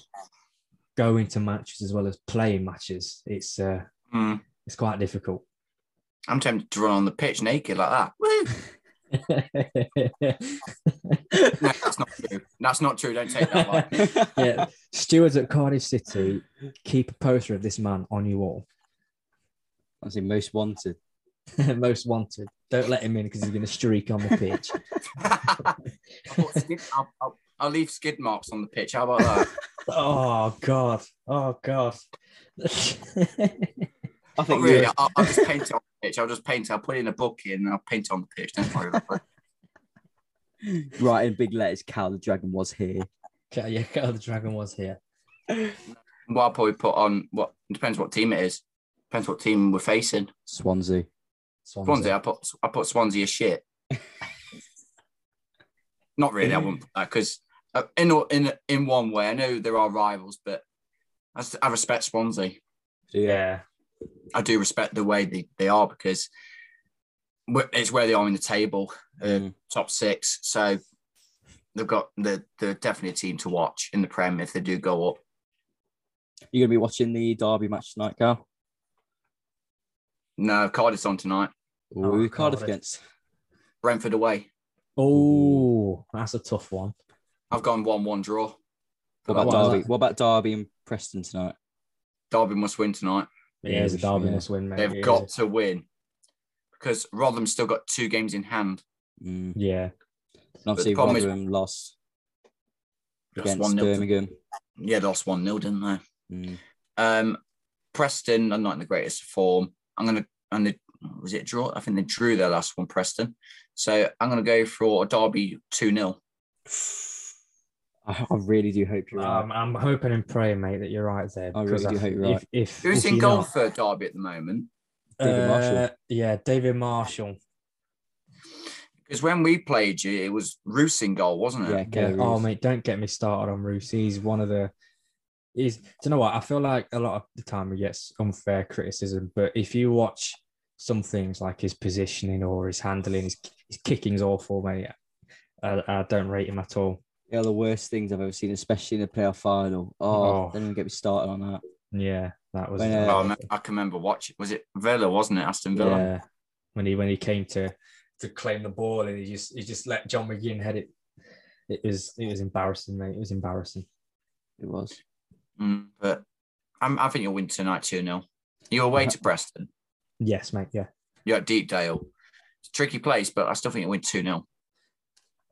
[SPEAKER 1] going to matches as well as playing matches, it's uh,
[SPEAKER 2] Hmm.
[SPEAKER 1] it's quite difficult. *laughs*
[SPEAKER 2] I'm tempted to run on the pitch naked like that. Woo! No, that's not true. That's not true. Don't take that. Like.
[SPEAKER 3] *laughs*
[SPEAKER 1] yeah. Stewards at Cardiff City keep a poster of this man on your wall.
[SPEAKER 3] Honestly, most wanted.
[SPEAKER 1] *laughs* Most wanted. Don't let him in because he's going to streak on the pitch.
[SPEAKER 2] *laughs* I'll, put skid- I'll- I'll- I'll leave skid marks on the pitch. How about that?
[SPEAKER 1] *laughs* oh God. Oh *laughs* God.
[SPEAKER 3] I
[SPEAKER 2] Not
[SPEAKER 3] think
[SPEAKER 2] really.
[SPEAKER 3] you
[SPEAKER 2] I'll, I'll just paint it on the pitch. I'll just paint it. I'll put it in a bucket and I'll paint it on the pitch. Don't worry about it.
[SPEAKER 3] were right in big letters, cow the dragon was here.
[SPEAKER 1] Okay, yeah, Carl the Dragon was here.
[SPEAKER 2] Well, I'll probably put on what depends what team it is. Depends what team we're facing.
[SPEAKER 3] Swansea.
[SPEAKER 1] Swansea.
[SPEAKER 2] Swansea, I put I put Swansea as shit. Not really. I wouldn't put that because uh, in all- in in one way, I know there are rivals, but I, s- I respect Swansea.
[SPEAKER 1] Yeah.
[SPEAKER 2] I do respect the way they, they are because wh- it's where they are in the table, uh,
[SPEAKER 3] Mm.
[SPEAKER 2] top six. So they've got the they're definitely a team to watch in the Prem if they do go up.
[SPEAKER 3] You're gonna be watching the Derby match tonight, Cal.
[SPEAKER 2] No, Cardiff's on tonight.
[SPEAKER 3] Ooh,
[SPEAKER 1] Oh,
[SPEAKER 3] Cardiff,
[SPEAKER 1] Cardiff.
[SPEAKER 3] against.
[SPEAKER 2] Brentford away.
[SPEAKER 1] Oh, that's a tough one.
[SPEAKER 2] I've gone one-one draw.
[SPEAKER 3] What about
[SPEAKER 1] Well,
[SPEAKER 3] Derby?
[SPEAKER 1] that-
[SPEAKER 3] What about Derby and Preston tonight?
[SPEAKER 2] Derby must win tonight.
[SPEAKER 1] It is a
[SPEAKER 3] Yeah,
[SPEAKER 1] derby
[SPEAKER 3] yeah.
[SPEAKER 1] must win, mate.
[SPEAKER 2] They've
[SPEAKER 1] It is.
[SPEAKER 2] got to win because Rotherham's still got two games in hand.
[SPEAKER 3] Mm.
[SPEAKER 1] Yeah.
[SPEAKER 3] And obviously,
[SPEAKER 2] problem is-
[SPEAKER 3] Rotherham lost
[SPEAKER 2] Lost
[SPEAKER 3] against
[SPEAKER 2] 1-0.
[SPEAKER 3] Birmingham.
[SPEAKER 2] Yeah, they lost one 0 didn't they?
[SPEAKER 3] Mm.
[SPEAKER 2] Um, Preston are not in the greatest form. I'm gonna and they, was it a draw? I think they drew their last one, Preston. So I'm gonna go for a derby two 0
[SPEAKER 3] Mm. I, I really do hope you're right.
[SPEAKER 1] Um, I'm hoping and praying, mate, that you're right there.
[SPEAKER 3] I
[SPEAKER 1] because
[SPEAKER 3] really do hope you're right.
[SPEAKER 1] If, if,
[SPEAKER 2] Who's
[SPEAKER 1] if
[SPEAKER 2] in
[SPEAKER 1] you're not-
[SPEAKER 2] goal for Derby at the moment?
[SPEAKER 3] David Marshall.
[SPEAKER 1] Uh, yeah, David Marshall.
[SPEAKER 2] Because when we played you, it was Roos in goal, wasn't
[SPEAKER 3] yeah,
[SPEAKER 2] it?
[SPEAKER 1] Yeah.
[SPEAKER 3] Kelly
[SPEAKER 1] Oh
[SPEAKER 3] Reese.
[SPEAKER 1] mate, don't get me started on Roos. He's one of the. He's. Do you know what? I feel like a lot of the time he gets unfair criticism, but if you watch some things like his positioning or his handling, his his kicking's awful, mate. I, I don't rate him at all.
[SPEAKER 3] Yeah, the worst things I've ever seen, especially in the playoff final. Oh,
[SPEAKER 1] Oh.
[SPEAKER 3] don't even get me started on that.
[SPEAKER 1] Yeah, that was.
[SPEAKER 3] When,
[SPEAKER 2] Oh,
[SPEAKER 3] uh,
[SPEAKER 2] I, remember- I can remember watching. Was it Villa? Wasn't it Aston Villa?
[SPEAKER 1] yeah, when he when he came to to claim the ball and he just he just let John McGinn head it. It was it was embarrassing, mate. It was embarrassing.
[SPEAKER 3] It was.
[SPEAKER 2] Mm, but I'm, I think you'll win tonight two 0 You're
[SPEAKER 3] *laughs*
[SPEAKER 2] away to Preston.
[SPEAKER 1] Yes, mate. Yeah.
[SPEAKER 2] You're at Deepdale. It's a tricky place, but I still think you'll win two 0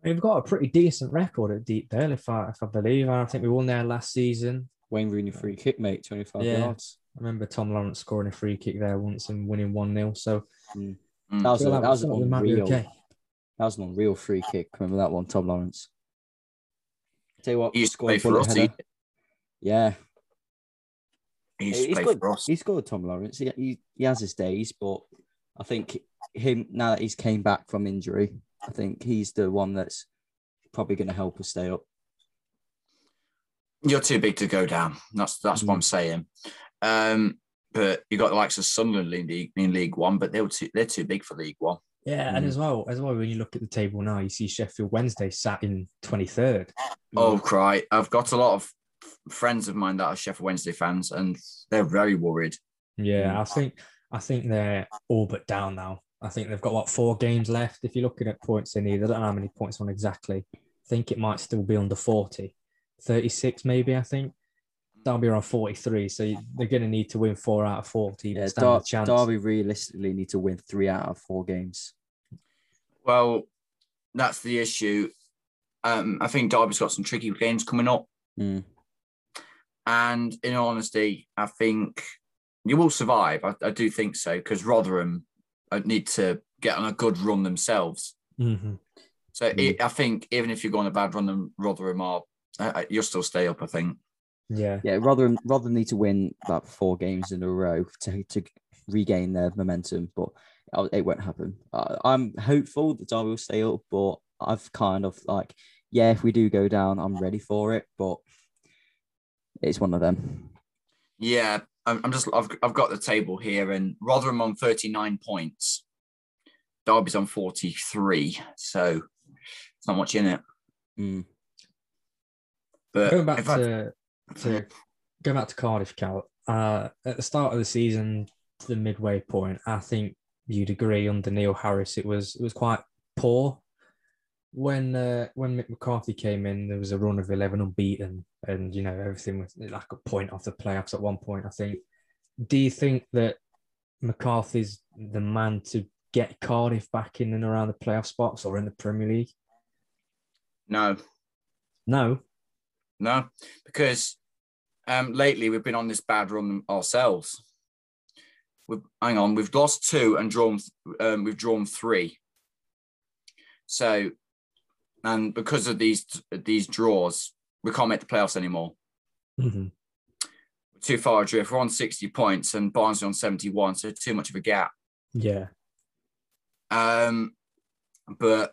[SPEAKER 1] We've got a pretty decent record at Deepdale, if I if I believe. I think we won there last season.
[SPEAKER 3] Wayne Rooney free kick, mate, 25
[SPEAKER 1] Yeah.
[SPEAKER 3] yards.
[SPEAKER 1] I remember Tom Lawrence scoring a free kick there once and winning one 0 So
[SPEAKER 3] That was,
[SPEAKER 1] I
[SPEAKER 3] a,
[SPEAKER 1] feel
[SPEAKER 3] that
[SPEAKER 1] like
[SPEAKER 3] was an
[SPEAKER 1] we might be
[SPEAKER 3] unreal.
[SPEAKER 1] okay.
[SPEAKER 3] That was an unreal free kick. Remember that one, Tom Lawrence? Tell you what,
[SPEAKER 2] He used to
[SPEAKER 3] scored
[SPEAKER 2] play
[SPEAKER 3] a
[SPEAKER 2] for
[SPEAKER 3] bullet
[SPEAKER 2] us.
[SPEAKER 3] header.
[SPEAKER 2] He,
[SPEAKER 3] Yeah,
[SPEAKER 2] he used to
[SPEAKER 3] He's
[SPEAKER 2] play
[SPEAKER 3] good.
[SPEAKER 2] for us.
[SPEAKER 3] he scored Tom Lawrence. He, he, he has his days, but I think him now that he's came back from injury, I think he's the one that's probably going to help us stay up.
[SPEAKER 2] You're too big to go down. That's that's
[SPEAKER 3] Mm.
[SPEAKER 2] what I'm saying. Um, but you got the likes of Sunderland in League, in League One, but they were too, they're too big for League One.
[SPEAKER 1] Yeah,
[SPEAKER 3] Mm.
[SPEAKER 1] and as well as well when you look at the
[SPEAKER 3] Mm.
[SPEAKER 1] table now, you see Sheffield Wednesday sat in twenty third.
[SPEAKER 2] Oh, cry! I've got a lot of friends of mine that are Sheffield Wednesday fans, and they're very worried.
[SPEAKER 1] Yeah, I think I think they're all but down now. I think they've got what four games left. If you're looking at points they need, I don't know how many points on exactly. I think it might still be under 40, 36 maybe. I think that'll be around 43. So you- they're going to need to win four out of four to even
[SPEAKER 3] Yeah,
[SPEAKER 1] stand
[SPEAKER 3] Dar-
[SPEAKER 1] a chance.
[SPEAKER 3] Derby realistically need to win three out of four games.
[SPEAKER 2] Well, that's the issue. Um, I think Derby's got some tricky games coming up,
[SPEAKER 3] Mm.
[SPEAKER 2] and in all honesty, I think you will survive. I, I do think so because Rotherham uh, need to get on a good run themselves.
[SPEAKER 1] hmm
[SPEAKER 2] So it, I think even if you go on a bad run, then Rotherham are uh, uh, you'll still stay up. I think.
[SPEAKER 1] Yeah.
[SPEAKER 3] Yeah, Rotherham Rotherham need to win about four games in a row to, to regain their momentum, but uh, it won't happen. Uh, I'm hopeful that Derby will stay up, but I've kind of like, yeah, if we do go down, I'm ready for it, but it's one of them.
[SPEAKER 2] Yeah, I'm, I'm just I've I've got the table here, and Rotherham on 39 points. Derby's on 43, so it's not much in it.
[SPEAKER 3] Mm.
[SPEAKER 2] But
[SPEAKER 1] Going back
[SPEAKER 2] Uh, if *laughs* I-
[SPEAKER 1] to to go back to Cardiff, Cal. Uh, at the start of the season, to the midway point, I think you'd agree under Neil Harris, it was it was quite poor. When uh, when Mick McCarthy came in, there was a run of eleven unbeaten, and you know everything was like a point off the playoffs at one point. I think. Do you think that McCarthy's the man to get Cardiff back in and around the playoff spots or in the Premier League?
[SPEAKER 2] no,
[SPEAKER 1] No.
[SPEAKER 2] no, because um, lately we've been on this bad run ourselves. We've, hang on, we've lost two and drawn. Um, we've drawn three. So, and because of these these draws, we can't make the playoffs anymore.
[SPEAKER 1] Mhm.
[SPEAKER 2] too far adrift. We're on 60 points and Barnsley on 71, so too much of a gap.
[SPEAKER 1] Yeah.
[SPEAKER 2] Um, but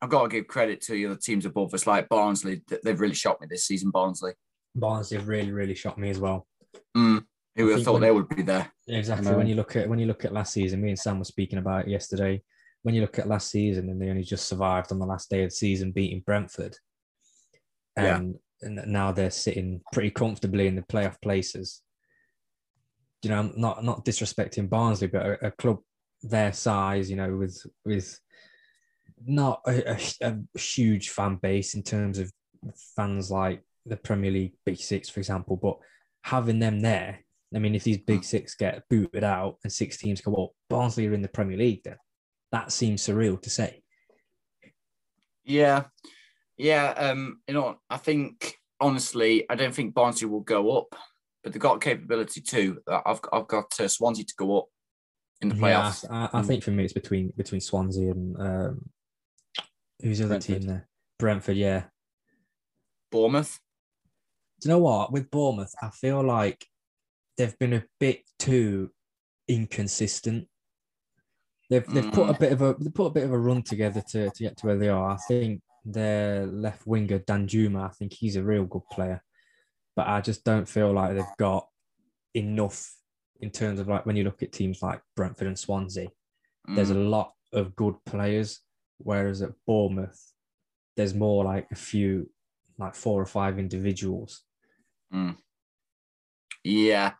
[SPEAKER 2] I've got to give credit to the other teams above us, like Barnsley. th- They've really shocked me this season, Barnsley,
[SPEAKER 1] Barnsley really really shocked me as well.
[SPEAKER 2] who
[SPEAKER 1] I
[SPEAKER 2] would have
[SPEAKER 1] think
[SPEAKER 2] thought
[SPEAKER 1] when-
[SPEAKER 2] they would be there.
[SPEAKER 1] Exactly.
[SPEAKER 3] know.
[SPEAKER 1] When you look at when you look at last season, me and Sam were speaking about it yesterday. When you look at last season, and they only just survived on the last day of the season, beating Brentford,
[SPEAKER 2] Yeah.
[SPEAKER 1] and and now they're sitting pretty comfortably in the playoff places. You know, I'm not not disrespecting Barnsley, but a, a club their size, you know, with with not a, a- a huge fan base in terms of fans like the Premier League Big Six, for example, but having them there I mean, if these big six get booted out and six teams go up, Barnsley are in the Premier League then. That seems surreal to say.
[SPEAKER 2] Yeah. Yeah. Um, you know, I think, honestly, I don't think Barnsley will go up, but they've got capability too. Uh, I've, I've got uh, Swansea to go up in the
[SPEAKER 1] Yeah,
[SPEAKER 2] playoffs.
[SPEAKER 1] I, I think for me it's between between Swansea and um, who's the other team
[SPEAKER 3] Brentford.
[SPEAKER 1] there? Brentford, yeah.
[SPEAKER 2] Bournemouth.
[SPEAKER 1] Do you know what? With Bournemouth, I feel like they've been a bit too inconsistent. They've they've put a bit of a they put a bit of a run together to, to get to where they are. I think their left winger Dan Juma, I think he's a real good player, but I just don't feel like they've got enough in terms of like when you look at teams like Brentford and Swansea there's a
[SPEAKER 2] Mm,
[SPEAKER 1] lot of good players, whereas at Bournemouth, there's more like a few, like four or five individuals.
[SPEAKER 2] Yeah.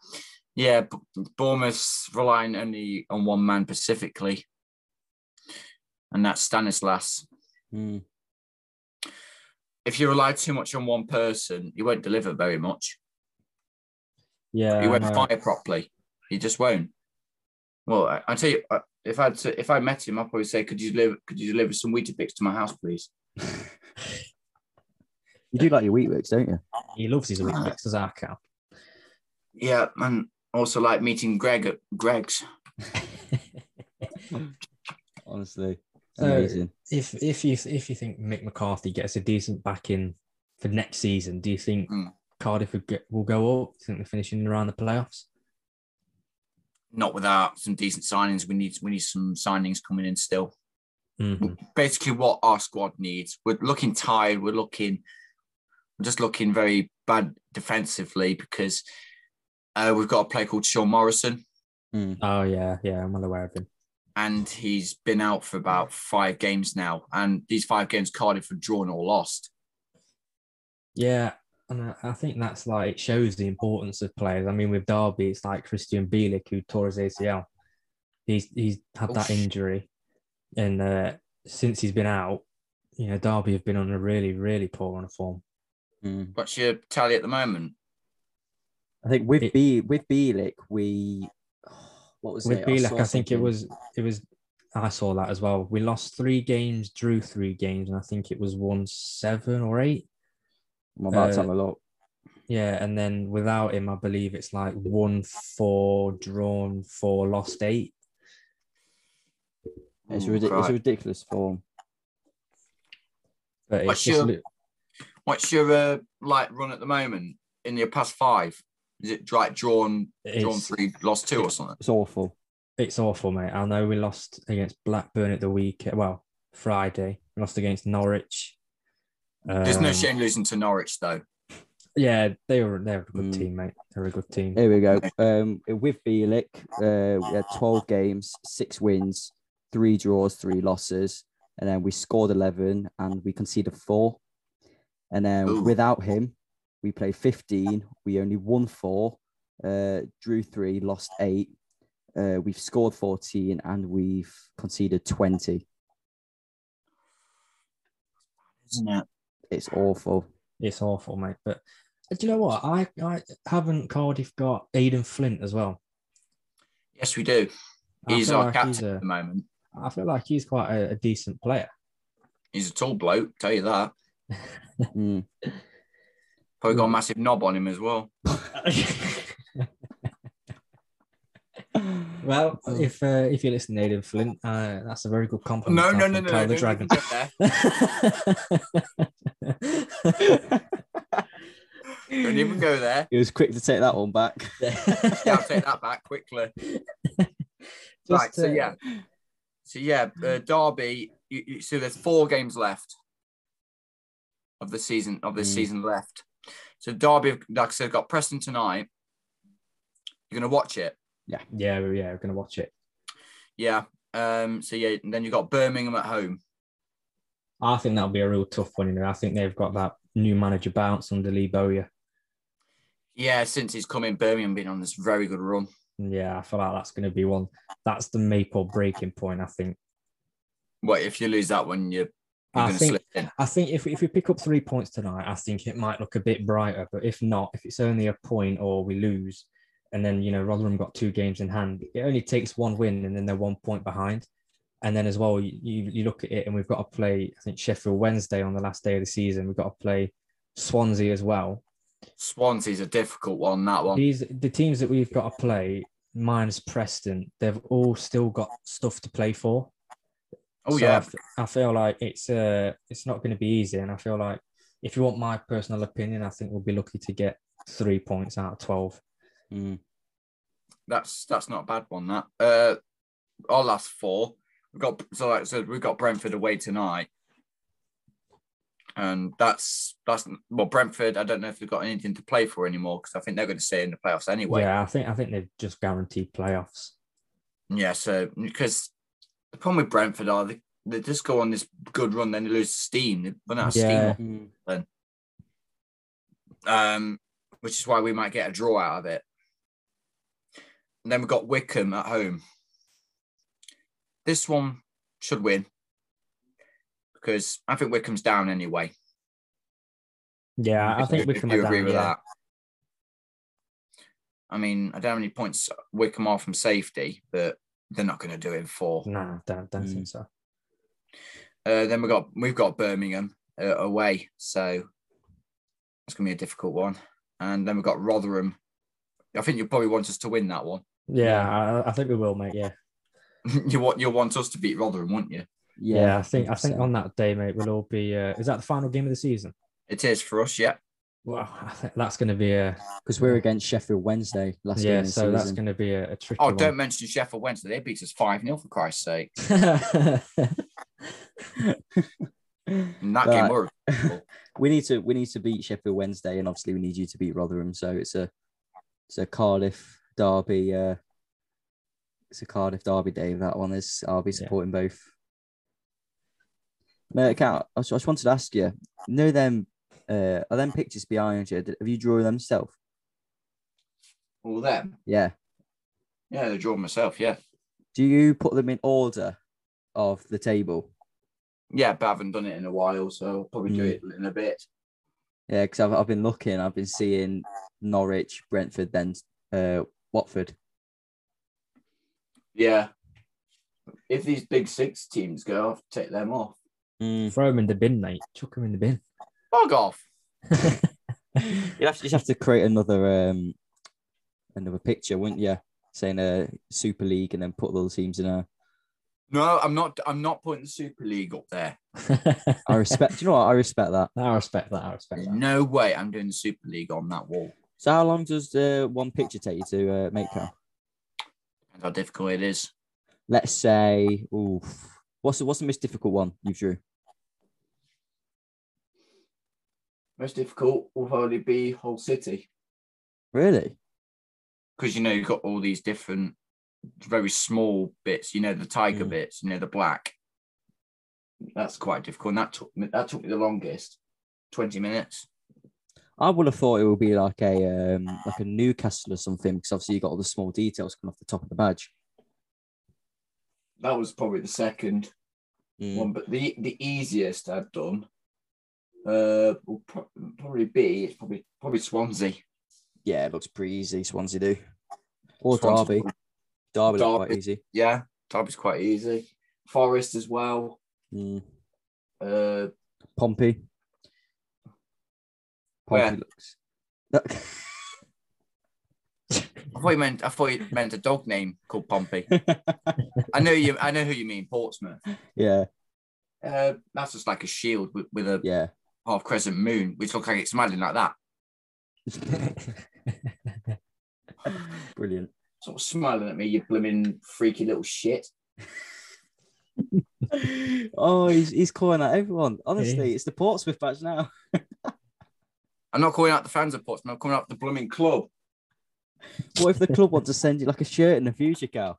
[SPEAKER 2] Yeah. B- Bournemouth's relying only on one man specifically, and that's Stanislas.
[SPEAKER 3] Mm.
[SPEAKER 2] If you rely too much on one person, you won't deliver very much.
[SPEAKER 1] Yeah,
[SPEAKER 2] you won't fire properly. You just won't. Well, I, I tell you, I- if I had to, if I met him, I'd probably say, "Could you deliver? Could you deliver some Weetabix to my house, please?"
[SPEAKER 3] You do like your wheat wicks, don't you?
[SPEAKER 1] he loves his weak mixes, our cow.
[SPEAKER 2] Yeah, and also like meeting Greg at Greg's.
[SPEAKER 3] Honestly,
[SPEAKER 1] So-
[SPEAKER 3] amazing.
[SPEAKER 1] If if you if you think Mick McCarthy gets a decent backing for next season, do you think
[SPEAKER 2] Mm.
[SPEAKER 1] Cardiff will, get, will go up? Do you think they're finishing around the playoffs?
[SPEAKER 2] Not without some decent signings. We need we need some signings coming in still.
[SPEAKER 1] Mhm.
[SPEAKER 2] basically what our squad needs. We're looking tired. We're looking, we're just looking very bad defensively because uh, we've got a player called Sean Morrison,
[SPEAKER 3] Mm.
[SPEAKER 1] Oh yeah, yeah, I'm well aware of him.
[SPEAKER 2] and he's been out for about five games now. And these five games, Cardiff have drawn or lost.
[SPEAKER 1] Yeah, And I- I think that's like it shows the importance of players. I mean, with Derby, it's like Christian Bielik who tore his ACL. He's he's had that
[SPEAKER 2] Oof.
[SPEAKER 1] injury, and uh, since he's been out, you know, Derby have been on a really really poor run of form.
[SPEAKER 3] Mm.
[SPEAKER 2] What's your tally at the moment?
[SPEAKER 3] I think with
[SPEAKER 1] It-
[SPEAKER 3] B with Bielik, we what was
[SPEAKER 1] With
[SPEAKER 3] it?
[SPEAKER 1] Bielik,
[SPEAKER 3] saw
[SPEAKER 1] I think it
[SPEAKER 3] something.
[SPEAKER 1] was it was I saw that as well. We lost three games, drew three games, and I think it was one seven or eight.
[SPEAKER 3] I'm about to
[SPEAKER 1] uh,
[SPEAKER 3] have a look.
[SPEAKER 1] Yeah, and then without him, I believe it's like one four drawn, four lost, eight.
[SPEAKER 3] It's,
[SPEAKER 2] Ooh,
[SPEAKER 3] ridic- it's
[SPEAKER 2] right.
[SPEAKER 3] a ridiculous form.
[SPEAKER 1] But it's
[SPEAKER 2] What's
[SPEAKER 1] just
[SPEAKER 2] your-
[SPEAKER 1] li-
[SPEAKER 2] What's your uh, like run at the moment in your past five? Is it like drawn, drawn
[SPEAKER 1] it's,
[SPEAKER 2] three, lost two, or something?
[SPEAKER 3] It's awful.
[SPEAKER 1] it's awful, mate. I know we lost against Blackburn at the week. Well, Friday we lost against Norwich.
[SPEAKER 2] There's no
[SPEAKER 1] Um,
[SPEAKER 2] shame losing to Norwich though.
[SPEAKER 1] Yeah, they were they're a good
[SPEAKER 2] Hmm.
[SPEAKER 3] Mm.
[SPEAKER 1] team, mate. They're a good team.
[SPEAKER 3] Here we go. Um, with Bielik, uh, we had 12 games, six wins, three draws, three losses, and then we scored 11 and we conceded four. And then
[SPEAKER 2] Ooh.
[SPEAKER 3] without him, we played 15. We only won four, uh, drew three, lost eight. Uh, we've scored 14 and we've conceded 20.
[SPEAKER 2] Isn't it?
[SPEAKER 3] It's awful.
[SPEAKER 1] It's awful, mate. But uh, do you know what? I, I haven't Cardiff got Aidan Flint as well.
[SPEAKER 2] Yes, we do.
[SPEAKER 1] I
[SPEAKER 2] He's
[SPEAKER 1] feel
[SPEAKER 2] our
[SPEAKER 1] like
[SPEAKER 2] captain
[SPEAKER 1] he's a-
[SPEAKER 2] at the moment.
[SPEAKER 1] I feel like he's quite a, a decent player.
[SPEAKER 2] He's a tall bloke, tell you that.
[SPEAKER 3] Mm.
[SPEAKER 2] Probably got a
[SPEAKER 1] Mm.
[SPEAKER 2] massive knob on him as well.
[SPEAKER 1] well,
[SPEAKER 3] Oh.
[SPEAKER 1] if uh, if you listen, Aidan Flint, uh, that's a very good compliment.
[SPEAKER 2] No,
[SPEAKER 1] I think,
[SPEAKER 2] no, no, no,
[SPEAKER 1] Kyle the
[SPEAKER 2] no. don't
[SPEAKER 1] Dragon.
[SPEAKER 2] even go there. Don't
[SPEAKER 1] *laughs*
[SPEAKER 2] even go there.
[SPEAKER 3] It was quick to take that one back.
[SPEAKER 2] Yeah, I'll take that back quickly.
[SPEAKER 1] Just, Mm.
[SPEAKER 2] right, so
[SPEAKER 1] uh,
[SPEAKER 2] yeah. So yeah, uh, Derby. You, you, so there's four games left of the season of this
[SPEAKER 3] Mm.
[SPEAKER 2] season left. So Derby, like I said, got Preston tonight. You're gonna watch it,
[SPEAKER 1] yeah, we- yeah, we're gonna watch it.
[SPEAKER 2] yeah. Um. So yeah, and then you got Birmingham at home.
[SPEAKER 1] I think that'll be a real tough one. You know, I think they've got that new manager bounce under Lee Bowyer.
[SPEAKER 2] Yeah, since he's come in, Birmingham been on this very good run.
[SPEAKER 1] Yeah, I feel like that's gonna be one. That's the make or breaking point. I think.
[SPEAKER 2] What if you lose that one, you're, you're
[SPEAKER 1] I
[SPEAKER 2] gonna
[SPEAKER 1] think
[SPEAKER 2] slip in.
[SPEAKER 1] I think if, if we pick up three points tonight, I think it might look a bit brighter. But if not, if it's only a point or we lose, and then you know Rotherham got two games in hand, it only takes one win, and then they're one point behind. And then as well, you you you look at it, and we've got to play. I think Sheffield Wednesday on the last day of the season. We've got to play Swansea as well.
[SPEAKER 2] Swansea's a difficult one. That one.
[SPEAKER 1] These the teams that we've got to play, minus Preston, they've all still got stuff to play for.
[SPEAKER 2] Oh
[SPEAKER 1] So I
[SPEAKER 2] yeah.
[SPEAKER 1] f- I feel like it's uh it's not going to be easy, and I feel like if you want my personal opinion, I think we'll be lucky to get three points out of twelve.
[SPEAKER 3] Mm.
[SPEAKER 2] That's that's not a bad one. That uh, our last four. We've got so like I said, we've got Brentford away tonight, and that's that's well Brentford. I don't know if they've got anything to play for anymore because I think they're going to stay in the playoffs anyway. Yeah.
[SPEAKER 1] Yeah, I think I think they've just guaranteed playoffs.
[SPEAKER 2] so because the problem with Brentford are they, they just go on this good run, then they lose steam. They run out of
[SPEAKER 1] Yeah.
[SPEAKER 3] Mm.
[SPEAKER 2] steam, um, which is why we might get a draw out of it. And then we've got Wickham at home. This one should win because I think Wickham's down anyway.
[SPEAKER 1] Yeah, I
[SPEAKER 2] If
[SPEAKER 1] think
[SPEAKER 2] you-
[SPEAKER 1] we
[SPEAKER 2] if
[SPEAKER 1] can
[SPEAKER 2] you
[SPEAKER 1] down,
[SPEAKER 2] agree with
[SPEAKER 1] yeah.
[SPEAKER 2] that. I mean, I don't have any points Wickham are from safety, but they're not going to do it in four.
[SPEAKER 1] No, don't don't
[SPEAKER 2] Mm.
[SPEAKER 1] think so.
[SPEAKER 2] Uh, then we got we've got Birmingham uh, away, so it's going to be a difficult one. And then we've got Rotherham. I think you probably want us to win that one. *laughs*
[SPEAKER 1] Yeah, I, I think we will, mate. Yeah,
[SPEAKER 2] you want you want us to beat Rotherham, wouldn't you?
[SPEAKER 1] yeah. I think I think
[SPEAKER 3] 100%.
[SPEAKER 1] on that day, mate, we'll all be. Uh, is that the final game of the season?
[SPEAKER 2] It is for us, yeah.
[SPEAKER 1] Well, I think that's going to be a
[SPEAKER 3] because we're against Sheffield Wednesday last
[SPEAKER 1] yeah.
[SPEAKER 3] game. of the
[SPEAKER 1] So that's
[SPEAKER 3] season.
[SPEAKER 1] going to be a, a tricky. *laughs*
[SPEAKER 2] Oh, don't mention Sheffield Wednesday. They beat us five 0 for Christ's sake.
[SPEAKER 1] don't.
[SPEAKER 2] In that
[SPEAKER 3] Right.
[SPEAKER 2] game, we're
[SPEAKER 3] *laughs* we need to we need to beat Sheffield Wednesday, and obviously we need you to beat Rotherham. So it's a it's a Cardiff derby. Uh, it's a Cardiff derby day. That one is. I'll be
[SPEAKER 1] Yeah.
[SPEAKER 3] supporting both. Mate, Cal, I just I just wanted to ask you. you know them Uh, are them pictures behind you? Did- Have you drawn themself?
[SPEAKER 2] All them.
[SPEAKER 3] Yeah.
[SPEAKER 2] Yeah, they draw myself. Yeah.
[SPEAKER 3] Do you put them in order of the table?
[SPEAKER 2] Yeah, but I haven't done it in a while, so I'll probably do it in a bit.
[SPEAKER 3] Yeah, because I've, I've been looking. I've been seeing Norwich, Brentford, then uh, Watford.
[SPEAKER 2] Yeah. If these big six teams go, I'll have to take them off. Mm.
[SPEAKER 1] Throw him in the bin, mate. Chuck him in the bin.
[SPEAKER 2] Bug off.
[SPEAKER 1] *laughs*
[SPEAKER 3] You'd have to, just have to create another um, another picture, wouldn't you? Saying a uh, Super League and then put all the teams in a.
[SPEAKER 2] No, I'm not. I'm not putting the Super League up there.
[SPEAKER 3] I respect. do you know what? I respect that.
[SPEAKER 1] I respect that. I respect
[SPEAKER 2] There's
[SPEAKER 1] that.
[SPEAKER 2] no way I'm doing the Super League on that wall.
[SPEAKER 3] So how long does uh, one picture take you to uh, make? Cal?
[SPEAKER 2] Depends how difficult it is.
[SPEAKER 3] Let's say, oof, what's the, what's the most difficult one you drew?
[SPEAKER 2] Most difficult will probably be whole city
[SPEAKER 3] Really?
[SPEAKER 2] because you know you've got all these different, very small bits. You know the tiger
[SPEAKER 3] Mm.
[SPEAKER 2] bits. You know the black. That's quite difficult, and that took me, that took me the longest, twenty minutes.
[SPEAKER 3] I would have thought it would be like a um, like a Newcastle or something because obviously you got all the small details coming off the top of the badge.
[SPEAKER 2] That was probably the second
[SPEAKER 3] Mm.
[SPEAKER 2] one, but the the easiest I've done, uh, will pro- probably be it's probably probably Swansea.
[SPEAKER 3] Yeah, it looks pretty easy. Swansea do or
[SPEAKER 2] Swansea-
[SPEAKER 3] Derby. Derby, look quite
[SPEAKER 2] Derby.
[SPEAKER 3] easy.
[SPEAKER 2] Yeah, Derby's quite easy. Forest as well.
[SPEAKER 3] Mm.
[SPEAKER 2] Uh,
[SPEAKER 3] Pompey. Pompey
[SPEAKER 2] Where?
[SPEAKER 3] looks. *laughs* That-
[SPEAKER 2] I thought you meant I thought you meant a dog name called Pompey. I know you. I know who you mean. Portsmouth.
[SPEAKER 3] yeah,
[SPEAKER 2] Uh, that's just like a shield with, with a
[SPEAKER 3] yeah. *laughs*
[SPEAKER 2] half crescent moon, which looks like it's smiling like that.
[SPEAKER 3] Brilliant.
[SPEAKER 2] Sort of smiling at me, you blooming freaky little shit.
[SPEAKER 3] oh, he's, he's calling out everyone. Honestly,
[SPEAKER 1] is.
[SPEAKER 3] it's the Portsmouth badge now.
[SPEAKER 2] I'm not calling out the fans of Portsmouth. I'm calling out the blooming club.
[SPEAKER 3] What if the club want to send you like a shirt in the future, Cal?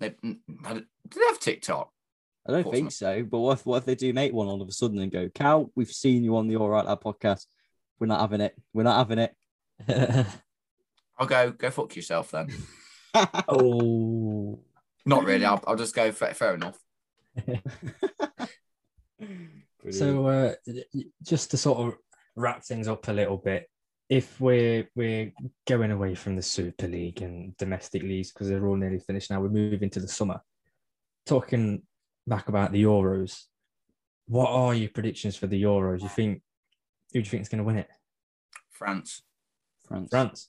[SPEAKER 2] They, mm, I don't- do they have TikTok?
[SPEAKER 3] I don't think
[SPEAKER 2] Portsmouth.
[SPEAKER 3] so. But what if, what if they do make one all of a sudden and go, Cal, we've seen you on the All Right Lad podcast. We're not having it. We're not having it. *laughs*
[SPEAKER 2] I'll go go fuck yourself then.
[SPEAKER 1] oh.
[SPEAKER 2] Not really. I'll, I'll just go. Fair, fair enough.
[SPEAKER 3] Oh.
[SPEAKER 1] So uh, just to sort of wrap things up a little bit, if we're we're going away from the Super League and domestic leagues because they're all nearly finished now, we're moving to the summer. Talking back about the Euros, what are your predictions for the Euros? You think who do you think is going to win it?
[SPEAKER 2] France.
[SPEAKER 3] France.
[SPEAKER 1] France.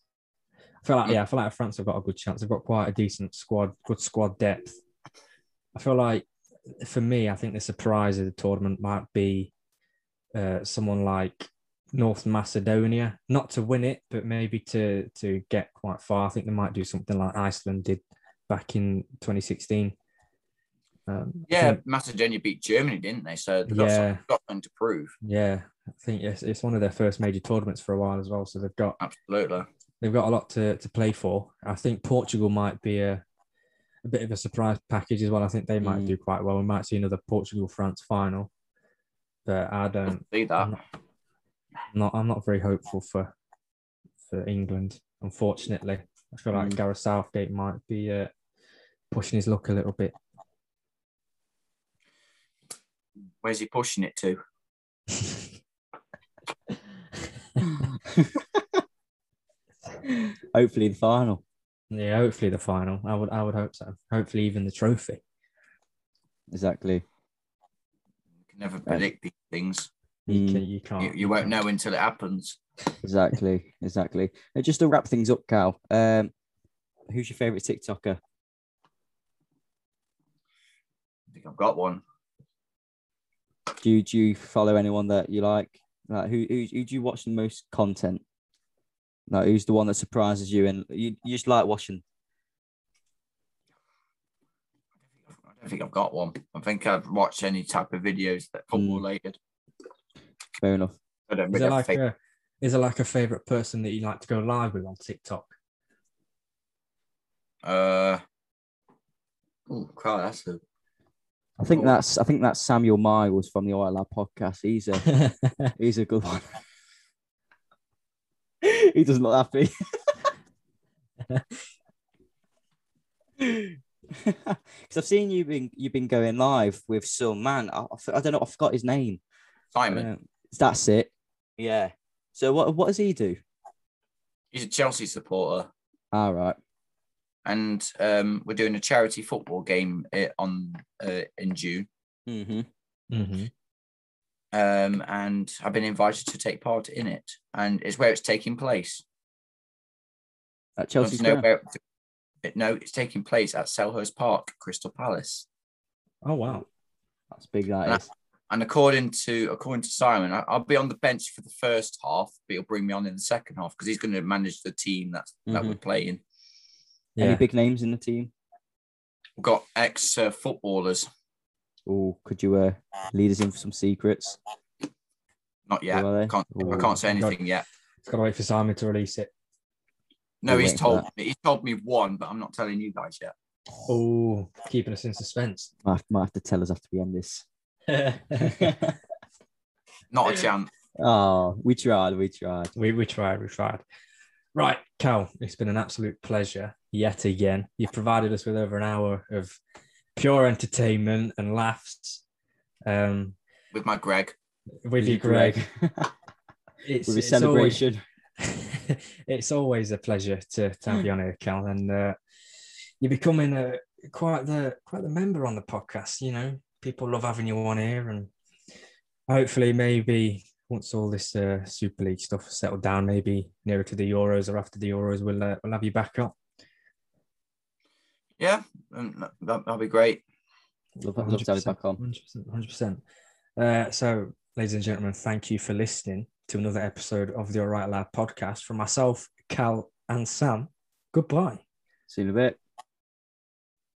[SPEAKER 1] I feel like yeah, I feel like France have got a good chance. They've got quite a decent squad, good squad depth. I feel like for me, I think the surprise of the tournament might be uh, someone like North Macedonia, not to win it, but maybe to to get quite far. I think they might do something like Iceland did back in 2016. Um, I
[SPEAKER 2] Yeah,
[SPEAKER 1] think-
[SPEAKER 2] Macedonia beat Germany, didn't they? So they've got,
[SPEAKER 1] yeah,
[SPEAKER 2] something, got something to prove.
[SPEAKER 1] yeah. I think yes, it's one of their first major tournaments for a while as well. So they've got
[SPEAKER 2] Absolutely.
[SPEAKER 1] they've got a lot to, to play for. I think Portugal might be a, a bit of a surprise package as well. I think they might
[SPEAKER 3] Mm.
[SPEAKER 1] do quite well. We might see another Portugal France final, but I
[SPEAKER 2] Love to
[SPEAKER 1] don't.
[SPEAKER 2] See that.
[SPEAKER 1] I'm not, not I'm not very hopeful for for England. Unfortunately, I feel like
[SPEAKER 3] Mm.
[SPEAKER 1] Gareth Southgate might be uh, pushing his luck a little bit. *laughs*
[SPEAKER 2] Where's he pushing it to?
[SPEAKER 3] Hopefully, the final.
[SPEAKER 1] yeah, hopefully the final. I would I would hope so. Hopefully even the trophy.
[SPEAKER 3] Exactly.
[SPEAKER 2] You can never predict these things.
[SPEAKER 1] You,
[SPEAKER 3] Mm.
[SPEAKER 1] can, you can't.
[SPEAKER 2] You, you won't know until it happens.
[SPEAKER 3] Exactly, exactly. And just to wrap things up, Cal, um, who's your favourite TikToker?
[SPEAKER 2] I think I've got one.
[SPEAKER 3] Do you, do you follow anyone that you like? Like who, who who do you watch the most content? Like who's the one that surprises you and you, you just like watching?
[SPEAKER 2] I don't think I've got one. I think I've watched any type of videos that football related.
[SPEAKER 3] Fair enough.
[SPEAKER 2] I don't
[SPEAKER 1] Hmm. Is
[SPEAKER 2] really
[SPEAKER 1] it like
[SPEAKER 2] have faith.
[SPEAKER 1] a, is it like a favorite person that you like to go live with on TikTok?
[SPEAKER 2] Uh, oh, crap, that's a
[SPEAKER 3] I think that's I think that's Samuel Miles from the Oil Lab podcast. He's a
[SPEAKER 1] *laughs*
[SPEAKER 3] he's a good one. *laughs* he doesn't look *laughs* happy. Because I've seen you've been you've been going live with some man. I, I f- I don't know. I forgot his name.
[SPEAKER 2] Simon,
[SPEAKER 3] Um, that's it. Yeah. So what what does he do?
[SPEAKER 2] he's a Chelsea supporter,
[SPEAKER 3] All right.
[SPEAKER 2] and um, we're doing a charity football game eh, on uh, in June.
[SPEAKER 3] Mm-hmm.
[SPEAKER 1] Mhm.
[SPEAKER 2] Um, and I've been invited to take part in it, and it's where it's taking place.
[SPEAKER 3] At
[SPEAKER 2] Want
[SPEAKER 3] Chelsea
[SPEAKER 2] to know
[SPEAKER 3] Square.
[SPEAKER 2] where- it- no, it's taking place at Selhurst Park, Crystal Palace.
[SPEAKER 1] Oh wow.
[SPEAKER 3] That's big. That
[SPEAKER 2] Nah.
[SPEAKER 3] is.
[SPEAKER 2] And according to according to Simon, I, I'll be on the bench for the first half, but he'll bring me on in the second half because he's going to manage the team that that we're playing.
[SPEAKER 1] Yeah.
[SPEAKER 3] Any big names in the team?
[SPEAKER 2] We've got ex uh, footballers,
[SPEAKER 3] Or could you uh, lead us in for some secrets?
[SPEAKER 2] not yet.
[SPEAKER 3] Who are they?
[SPEAKER 2] Can't, I
[SPEAKER 3] Ooh.
[SPEAKER 2] can't say
[SPEAKER 1] I've got-
[SPEAKER 2] anything yet.
[SPEAKER 1] Gotta wait for Simon to release it.
[SPEAKER 2] No,
[SPEAKER 3] We're
[SPEAKER 2] he's
[SPEAKER 3] waiting for
[SPEAKER 2] told me. He's told me one, but I'm not telling you guys yet.
[SPEAKER 1] Oh, keeping us in *laughs* suspense.
[SPEAKER 3] Might have, might have to tell us after we end this. *laughs*
[SPEAKER 2] Not a chance.
[SPEAKER 3] oh, we tried. We tried.
[SPEAKER 1] we we tried, we tried. Right, Cal, it's been an absolute pleasure yet again. You've provided us with over an hour of pure entertainment and laughs. Um,
[SPEAKER 2] with my Greg.
[SPEAKER 1] with
[SPEAKER 3] With
[SPEAKER 1] you,
[SPEAKER 3] you,
[SPEAKER 1] Greg. It's,
[SPEAKER 3] *laughs* With a
[SPEAKER 1] it's always-
[SPEAKER 3] celebration.
[SPEAKER 1] *laughs* it's always a pleasure to, to have you on here, Cal, and uh, you're becoming a quite the quite the member on the podcast. You know, people love having you on here, and hopefully, maybe once all this uh, Super League stuff settled down, maybe nearer to the Euros or after the Euros, we'll uh, we'll have you back up.
[SPEAKER 2] Yeah, um, that, that'll be great.
[SPEAKER 3] Love, love to have you back on.
[SPEAKER 1] 100%. 100%. Uh, so, ladies and gentlemen, thank you for listening to another episode of the All Right Lad podcast from myself, Cal, and Sam. Goodbye.
[SPEAKER 3] See you in a bit.